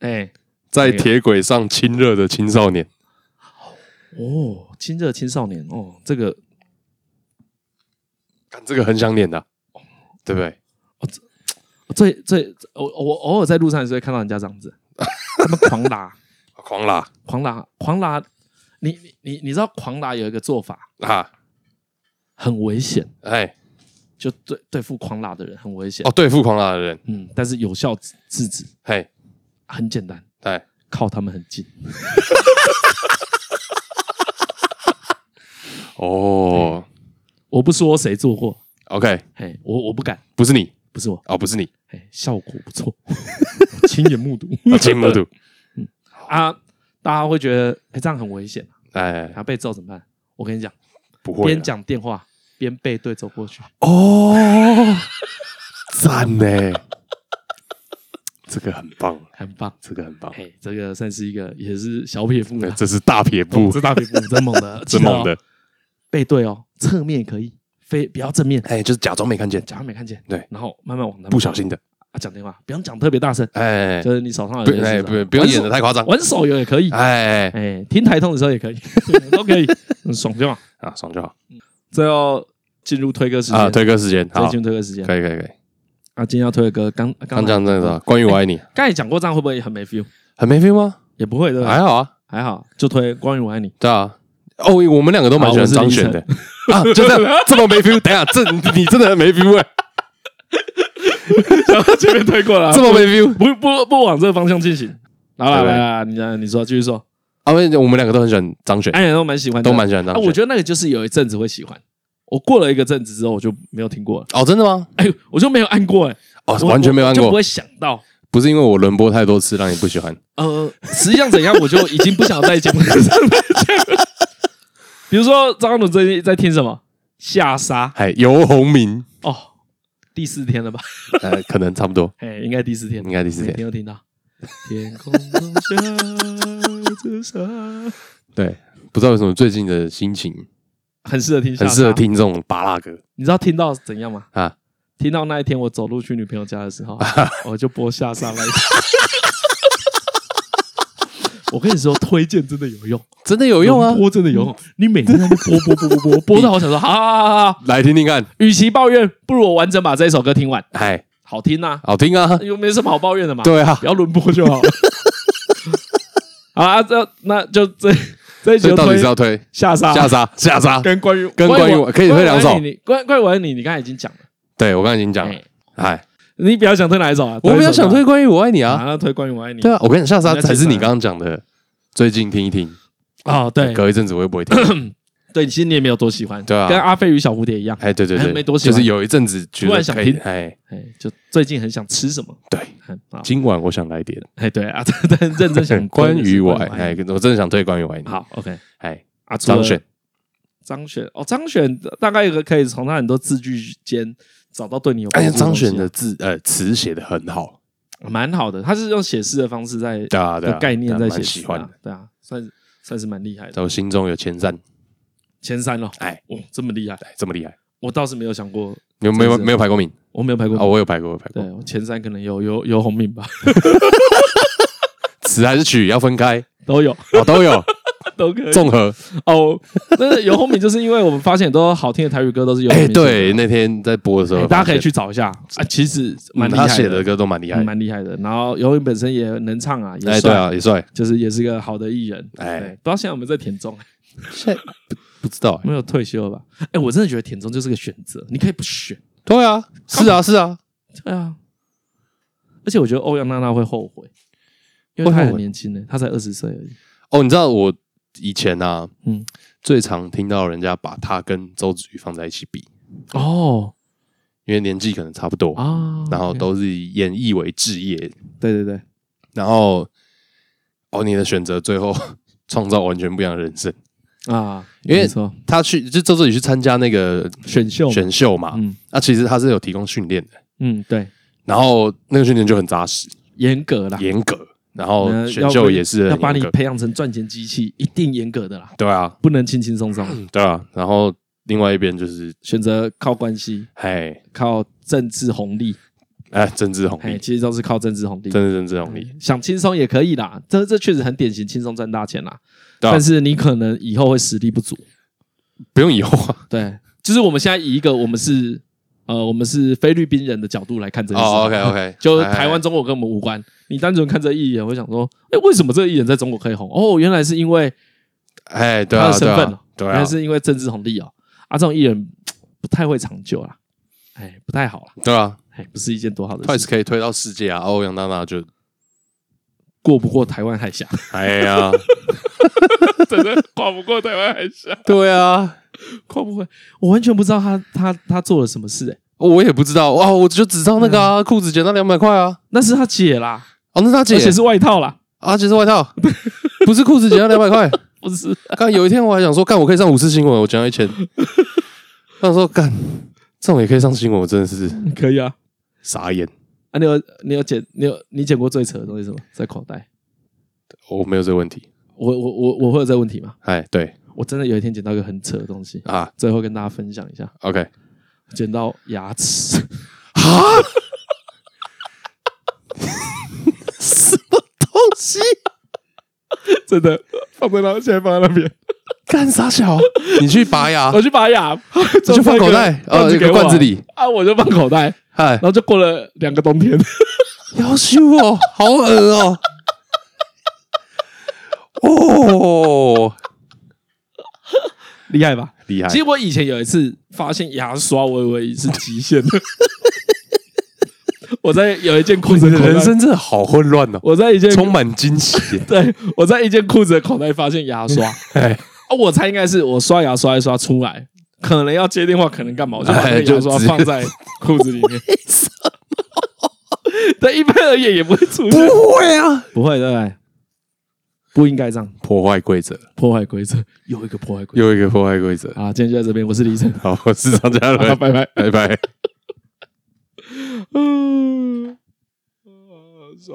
Speaker 1: 哎，
Speaker 2: 在铁轨上亲热的青少年，
Speaker 1: 哦，亲热青少年哦，这个
Speaker 2: 干这个很想脸的，对不对？
Speaker 1: 最最我我偶尔在路上也是会看到人家这样 子，他们狂拉
Speaker 2: 狂啦
Speaker 1: 狂拉狂拉，你你你你知道狂拉有一个做法
Speaker 2: 啊，
Speaker 1: 很危险，
Speaker 2: 哎，
Speaker 1: 就对对付狂拉的人很危险
Speaker 2: 哦，，对付狂啦的人，
Speaker 1: 嗯，但是有效制制止
Speaker 2: 嘿，
Speaker 1: 很简单，
Speaker 2: 哎，
Speaker 1: 靠他们很近，
Speaker 2: 哦
Speaker 1: 我不说谁做过，
Speaker 2: ，OK，
Speaker 1: 哎，我我不敢，
Speaker 2: 不是你
Speaker 1: 不是我，
Speaker 2: 哦， 不是你，
Speaker 1: 哎，效果不错， 我亲眼目睹
Speaker 2: 啊亲目睹，
Speaker 1: 啊，大家会觉得哎这样很危险，
Speaker 2: 哎
Speaker 1: 然，后被揍怎么办？我跟你讲，
Speaker 2: 不会啊啦
Speaker 1: 边讲电话边背对走过去。
Speaker 2: 哦， 赞呢，这个很棒，
Speaker 1: 很棒。
Speaker 2: 这个很棒，
Speaker 1: 哎，这个算是一个也是小撇步
Speaker 2: 对
Speaker 1: 了，，
Speaker 2: 这是大撇步
Speaker 1: 哦，这大撇步真猛 的，
Speaker 2: 真猛
Speaker 1: 记得
Speaker 2: 的
Speaker 1: 哦，，背对哦，侧面也可以，非不要正面，
Speaker 2: 哎，就是假装没看见，
Speaker 1: 假装没看见，
Speaker 2: 对
Speaker 1: 然后慢慢往那
Speaker 2: 不小心的，
Speaker 1: 啊讲电话，不用讲特别大声，
Speaker 2: 哎，
Speaker 1: 就是你手上有
Speaker 2: 不，
Speaker 1: 电视
Speaker 2: 哎，
Speaker 1: 吧
Speaker 2: 不，不用演的太夸张，
Speaker 1: 玩手游也可以，
Speaker 2: 哎，
Speaker 1: 哎，听台通的时候也可以， 都可以，嗯爽就好。
Speaker 2: 啊，爽就好
Speaker 1: 最后进入推歌时
Speaker 2: 啊，
Speaker 1: 间，
Speaker 2: 推歌时间，
Speaker 1: 最
Speaker 2: 好，
Speaker 1: 进入推歌时间
Speaker 2: 可以可以可以，
Speaker 1: 啊，今天要推的歌，刚
Speaker 2: 刚
Speaker 1: 讲
Speaker 2: 讲真的，关于我爱你，
Speaker 1: 刚才讲过这样会不会很没 feel？
Speaker 2: 很没 feel 吗？
Speaker 1: 也不哎会对吧？
Speaker 2: 还好啊，
Speaker 1: 还好，就推《关于我 爱你》。
Speaker 2: 对啊。哦，我们两个都蛮喜欢张悬的啊，就这样，这么没 feel。等一下，这你真的很没 feel 哎，
Speaker 1: 然后前面推过了啊
Speaker 2: 这么没 feel。
Speaker 1: 不不不往这个方向进行。来来
Speaker 2: 对
Speaker 1: 来来，你来你说，继续说。
Speaker 2: 啊，我我们两个都很喜欢张悬，
Speaker 1: 安然都蛮喜欢的，
Speaker 2: 都蛮喜欢张
Speaker 1: 啊。
Speaker 2: 悬。
Speaker 1: 我觉得那个就是有一阵子会喜欢，我过了一个阵子之后，我就没有听过了。
Speaker 2: 哦，真的吗？
Speaker 1: 哎，我就没有按过，哎，
Speaker 2: 哦，
Speaker 1: 我
Speaker 2: 完全没有按
Speaker 1: 我就不
Speaker 2: 过
Speaker 1: 会，想到。
Speaker 2: 不是因为我轮播太多次让你不喜欢。
Speaker 1: 呃，实际上怎样，我就已经不想在节 目上再讲了。比如说张鲁最近在听什么？下沙
Speaker 2: 嗨，哎游鸿明，
Speaker 1: 哦，第四天了吧？
Speaker 2: 呃，可能差不多，
Speaker 1: 哎，应该第四天，
Speaker 2: 应该第四
Speaker 1: 每
Speaker 2: 天。
Speaker 1: 天都听到。天空中下着沙，
Speaker 2: 对，不知道为什么最近的心情
Speaker 1: 很适合听，
Speaker 2: 很适合。听这种巴拉歌
Speaker 1: 你知道听到怎样吗？
Speaker 2: 啊。
Speaker 1: 听到那一天我走路去女朋友家的时候，我就播下山来。我跟你说，推荐真的有用，
Speaker 2: 真的有用啊
Speaker 1: 轮！播真的有用。你每天都播播播播播播到我想说，好好好好好，
Speaker 2: 来听听看，
Speaker 1: 与其抱怨，不如我完整把这一首歌听完，
Speaker 2: 哎，
Speaker 1: 好听呐、
Speaker 2: 好听啊
Speaker 1: 啊，，又没什么好抱怨的嘛。，
Speaker 2: 对啊
Speaker 1: 不，要轮播就好了。好啊，这那就这这一集
Speaker 2: 所
Speaker 1: 就
Speaker 2: 以到底
Speaker 1: 推
Speaker 2: 是要推
Speaker 1: 下沙
Speaker 2: 下沙 下沙？
Speaker 1: 跟关于
Speaker 2: 跟关于我可以推两首
Speaker 1: 关于我爱你你关关于我爱你，你刚才已经讲了。
Speaker 2: 对我刚才已经讲了
Speaker 1: 哎，
Speaker 2: 哎，
Speaker 1: 你比较想推哪一首啊？
Speaker 2: 我比较想推
Speaker 1: 啊，
Speaker 2: 关于我爱你
Speaker 1: 啊
Speaker 2: 啊，
Speaker 1: 那推关于我爱你。
Speaker 2: 对啊，我跟你下沙
Speaker 1: 你在
Speaker 2: 才是
Speaker 1: 介绍
Speaker 2: 你刚刚讲的，最近听一听，啊
Speaker 1: 哦，对
Speaker 2: 隔一阵子我又不会 听，
Speaker 1: 对，其实你也没有多喜欢，
Speaker 2: 对啊
Speaker 1: 跟阿飞与小蝴蝶一样，
Speaker 2: 哎，对对
Speaker 1: 哎
Speaker 2: 对，
Speaker 1: 没多喜
Speaker 2: 就
Speaker 1: 欢
Speaker 2: 是有一阵子觉
Speaker 1: 突
Speaker 2: 得
Speaker 1: 然想
Speaker 2: 可以，
Speaker 1: 听
Speaker 2: 哎，
Speaker 1: 哎，就最近很想吃什么，
Speaker 2: 对，
Speaker 1: 很好，
Speaker 2: 今晚我想来点
Speaker 1: 哎，对啊， 但但认真想
Speaker 2: 关于我
Speaker 1: 关
Speaker 2: 爱，哎，我真的想推关于我爱你，
Speaker 1: 好，OK，
Speaker 2: 哎，
Speaker 1: 啊，除了
Speaker 2: 张悬，
Speaker 1: 张悬，哦，张悬大概有可以从他很多字句间找到对你有帮
Speaker 2: 哎
Speaker 1: 助
Speaker 2: 呀，
Speaker 1: 东
Speaker 2: 张
Speaker 1: 西啊
Speaker 2: 悬的字呃词写的很好，
Speaker 1: 蛮好的，他是用写诗的方式在
Speaker 2: 嗯对啊对啊，
Speaker 1: 的概念在
Speaker 2: 对啊
Speaker 1: 写
Speaker 2: 蛮
Speaker 1: 诗
Speaker 2: 喜
Speaker 1: 啊
Speaker 2: 欢的，
Speaker 1: 对啊，算是算是蛮厉害的，
Speaker 2: 在我心中有前三，
Speaker 1: 前三哦，
Speaker 2: 哎，
Speaker 1: 哦，这么厉害，
Speaker 2: 哎，这么厉害，
Speaker 1: 我倒是没有想过，
Speaker 2: 有没有
Speaker 1: 真是
Speaker 2: 没有排过名
Speaker 1: 我没有排过
Speaker 2: 啊？我有排过，我有排过，
Speaker 1: 对，我前三可能有有有红敏吧，
Speaker 2: 词还是曲要 分开，
Speaker 1: 都 有
Speaker 2: 哦，都有
Speaker 1: 都可以。
Speaker 2: 综合，
Speaker 1: 哦，那个有红敏就是因为我们发现很多好听的台语歌都是有红
Speaker 2: 哎，
Speaker 1: 敏写的
Speaker 2: 对，那天在播的时
Speaker 1: 啊哎
Speaker 2: 候，
Speaker 1: 大家可以去找一下啊，其实蛮
Speaker 2: 嗯
Speaker 1: 厉
Speaker 2: 他
Speaker 1: 害
Speaker 2: 写的，歌都蛮厉害
Speaker 1: 嗯，蛮厉害的。然后有敏本身也能唱啊，也
Speaker 2: 哎，对
Speaker 1: 帅，
Speaker 2: 啊，也帅，
Speaker 1: 就是也是个好的艺人。哎，
Speaker 2: 哎
Speaker 1: 不知道现在有没有在田中，啊
Speaker 2: 不知道，哎
Speaker 1: 没有退休了吧？哎，我真的觉得田中就是个选择，你可以不选。
Speaker 2: 对啊，是啊是啊，
Speaker 1: 对啊，而且我觉得欧阳娜娜会后悔，因为
Speaker 2: 会
Speaker 1: 她
Speaker 2: 后
Speaker 1: 很
Speaker 2: 悔
Speaker 1: 年轻呢，她才二十岁而已。
Speaker 2: 哦，你知道我以前啊，嗯
Speaker 1: 嗯，
Speaker 2: 最常听到人家把他跟周子瑜放在一起比，
Speaker 1: 哦
Speaker 2: 因为年纪可能差不多
Speaker 1: 啊，
Speaker 2: 哦然后
Speaker 1: OK
Speaker 2: 都是以演艺为置业，
Speaker 1: 对对对，
Speaker 2: 然后哦，你的选择最后 创造完全不一样的人生。
Speaker 1: 啊，
Speaker 2: 因为
Speaker 1: 没错
Speaker 2: 他去就周志宇去参加那个
Speaker 1: 选秀嘛，
Speaker 2: 选秀嘛，
Speaker 1: 嗯
Speaker 2: 那、其实他是有提供训练的，
Speaker 1: 嗯，对，
Speaker 2: 然后那个训练就很扎实、
Speaker 1: 严格啦，
Speaker 2: 严格，然后
Speaker 1: 呃
Speaker 2: 哦选
Speaker 1: 啊要
Speaker 2: 秀
Speaker 1: 不
Speaker 2: 也是
Speaker 1: 要
Speaker 2: 很
Speaker 1: 把你
Speaker 2: 严格，
Speaker 1: 培养成赚钱机器，一定严格的啦，
Speaker 2: 对啊，
Speaker 1: 不能轻轻松松，
Speaker 2: 对啊，然后另外一边就是，
Speaker 1: 选择靠关系，
Speaker 2: 哎
Speaker 1: 靠政治红利，
Speaker 2: 哎，政治红
Speaker 1: 哎，
Speaker 2: 利，
Speaker 1: 其实都是靠政治红利。
Speaker 2: 真的政治红利，
Speaker 1: 想轻松也可以啦，这这确实很典型，轻松赚大钱啦。
Speaker 2: 对啊
Speaker 1: 但是你可能以后会实力不足，
Speaker 2: 不用以后啊，
Speaker 1: 对， 就是我们现在以一个我们是呃我们是菲律宾人的角度来看这件事、
Speaker 2: 哦，OK OK，
Speaker 1: 就台湾中国跟我们无关。你单纯看这艺人，会想说，哎、为什么这个艺人在中国可以红？哦，原来是因为
Speaker 2: 哎，对
Speaker 1: 他
Speaker 2: 啊，
Speaker 1: 的身
Speaker 2: 对
Speaker 1: 份哦、
Speaker 2: 啊，对
Speaker 1: 原
Speaker 2: 啊
Speaker 1: 来，是因为政治红利哦、啊，这种艺人不太会长久啦，哎，不太好啦，
Speaker 2: 对啊
Speaker 1: 哎，不是一件多好的事。
Speaker 2: ，Twice 可以推到世界啊，欧阳娜娜就，
Speaker 1: 过不过台湾海峡，
Speaker 2: 哎呀，
Speaker 1: 真的跨不过台湾海峡，
Speaker 2: 对啊，
Speaker 1: 跨不过。我完全不知道他他他做了什么事、哎，
Speaker 2: 哦我也不知道哇，我就只知道那个啊，裤子减到两百块啊，
Speaker 1: 那是他姐啦，
Speaker 2: 哦，那是他
Speaker 1: 嗯
Speaker 2: 姐
Speaker 1: 而且是外套啦，
Speaker 2: 啊，而且是外 套，不是裤子减到两百块。
Speaker 1: 不是
Speaker 2: 刚有一天我还想说，干我可以上五次新闻，我讲到 一千。他说干这种也可以上新闻，我真的是
Speaker 1: 可以啊。
Speaker 2: 傻眼。
Speaker 1: 啊，你有你有捡你有你捡过最扯的东西是什么？在口袋。
Speaker 2: 我哦没有这个问题。
Speaker 1: 我我我我会有这个问题吗？
Speaker 2: 哎，对
Speaker 1: 我真的有一天捡到一个很扯的东西，
Speaker 2: 啊
Speaker 1: 最后跟大家分享一下，
Speaker 2: ，OK
Speaker 1: 捡到牙齿，
Speaker 2: 啊，什么东西？
Speaker 1: 真的放在那，现在放在那边，
Speaker 2: 干啥小？你去拔牙
Speaker 1: 我，去拔牙，
Speaker 2: 你就放口 袋，
Speaker 1: 装在
Speaker 2: 呃，一
Speaker 1: 哦一个
Speaker 2: 个罐子里
Speaker 1: 给。我啊，我就放口袋，
Speaker 2: 哎
Speaker 1: 然，后就过了两个冬天，
Speaker 2: 要修哦，好恶哦。哦，
Speaker 1: 厉害吧？
Speaker 2: 厉害
Speaker 1: 其实我以前有一次发现牙刷，我以为是极限的。 我在有一件裤子
Speaker 2: 你
Speaker 1: 的
Speaker 2: 的
Speaker 1: 口袋
Speaker 2: 人，生真的好混乱哦，
Speaker 1: 我在一件
Speaker 2: 充满惊喜耶。
Speaker 1: 对我在一件裤子的口袋发现牙 刷。
Speaker 2: 哎，
Speaker 1: 啊，我猜应该是我刷牙刷一刷出来，可能要接电话，可能干嘛，我就把那
Speaker 2: 哎
Speaker 1: 个
Speaker 2: 就
Speaker 1: 牙刷
Speaker 2: 直接
Speaker 1: 放在裤子里 面。对，一般而言也不会出现，
Speaker 2: 会啊，
Speaker 1: 不会，对不对？不应该这样
Speaker 2: 破坏规则，
Speaker 1: 破坏规则，又一个破坏规
Speaker 2: 又一个破坏规则
Speaker 1: 则。。啊！今天就在这边，我是李 晨，
Speaker 2: 好，我是张嘉
Speaker 1: 好
Speaker 2: 伦，
Speaker 1: 拜拜。
Speaker 2: 拜拜。
Speaker 1: 嗯，啊，算了。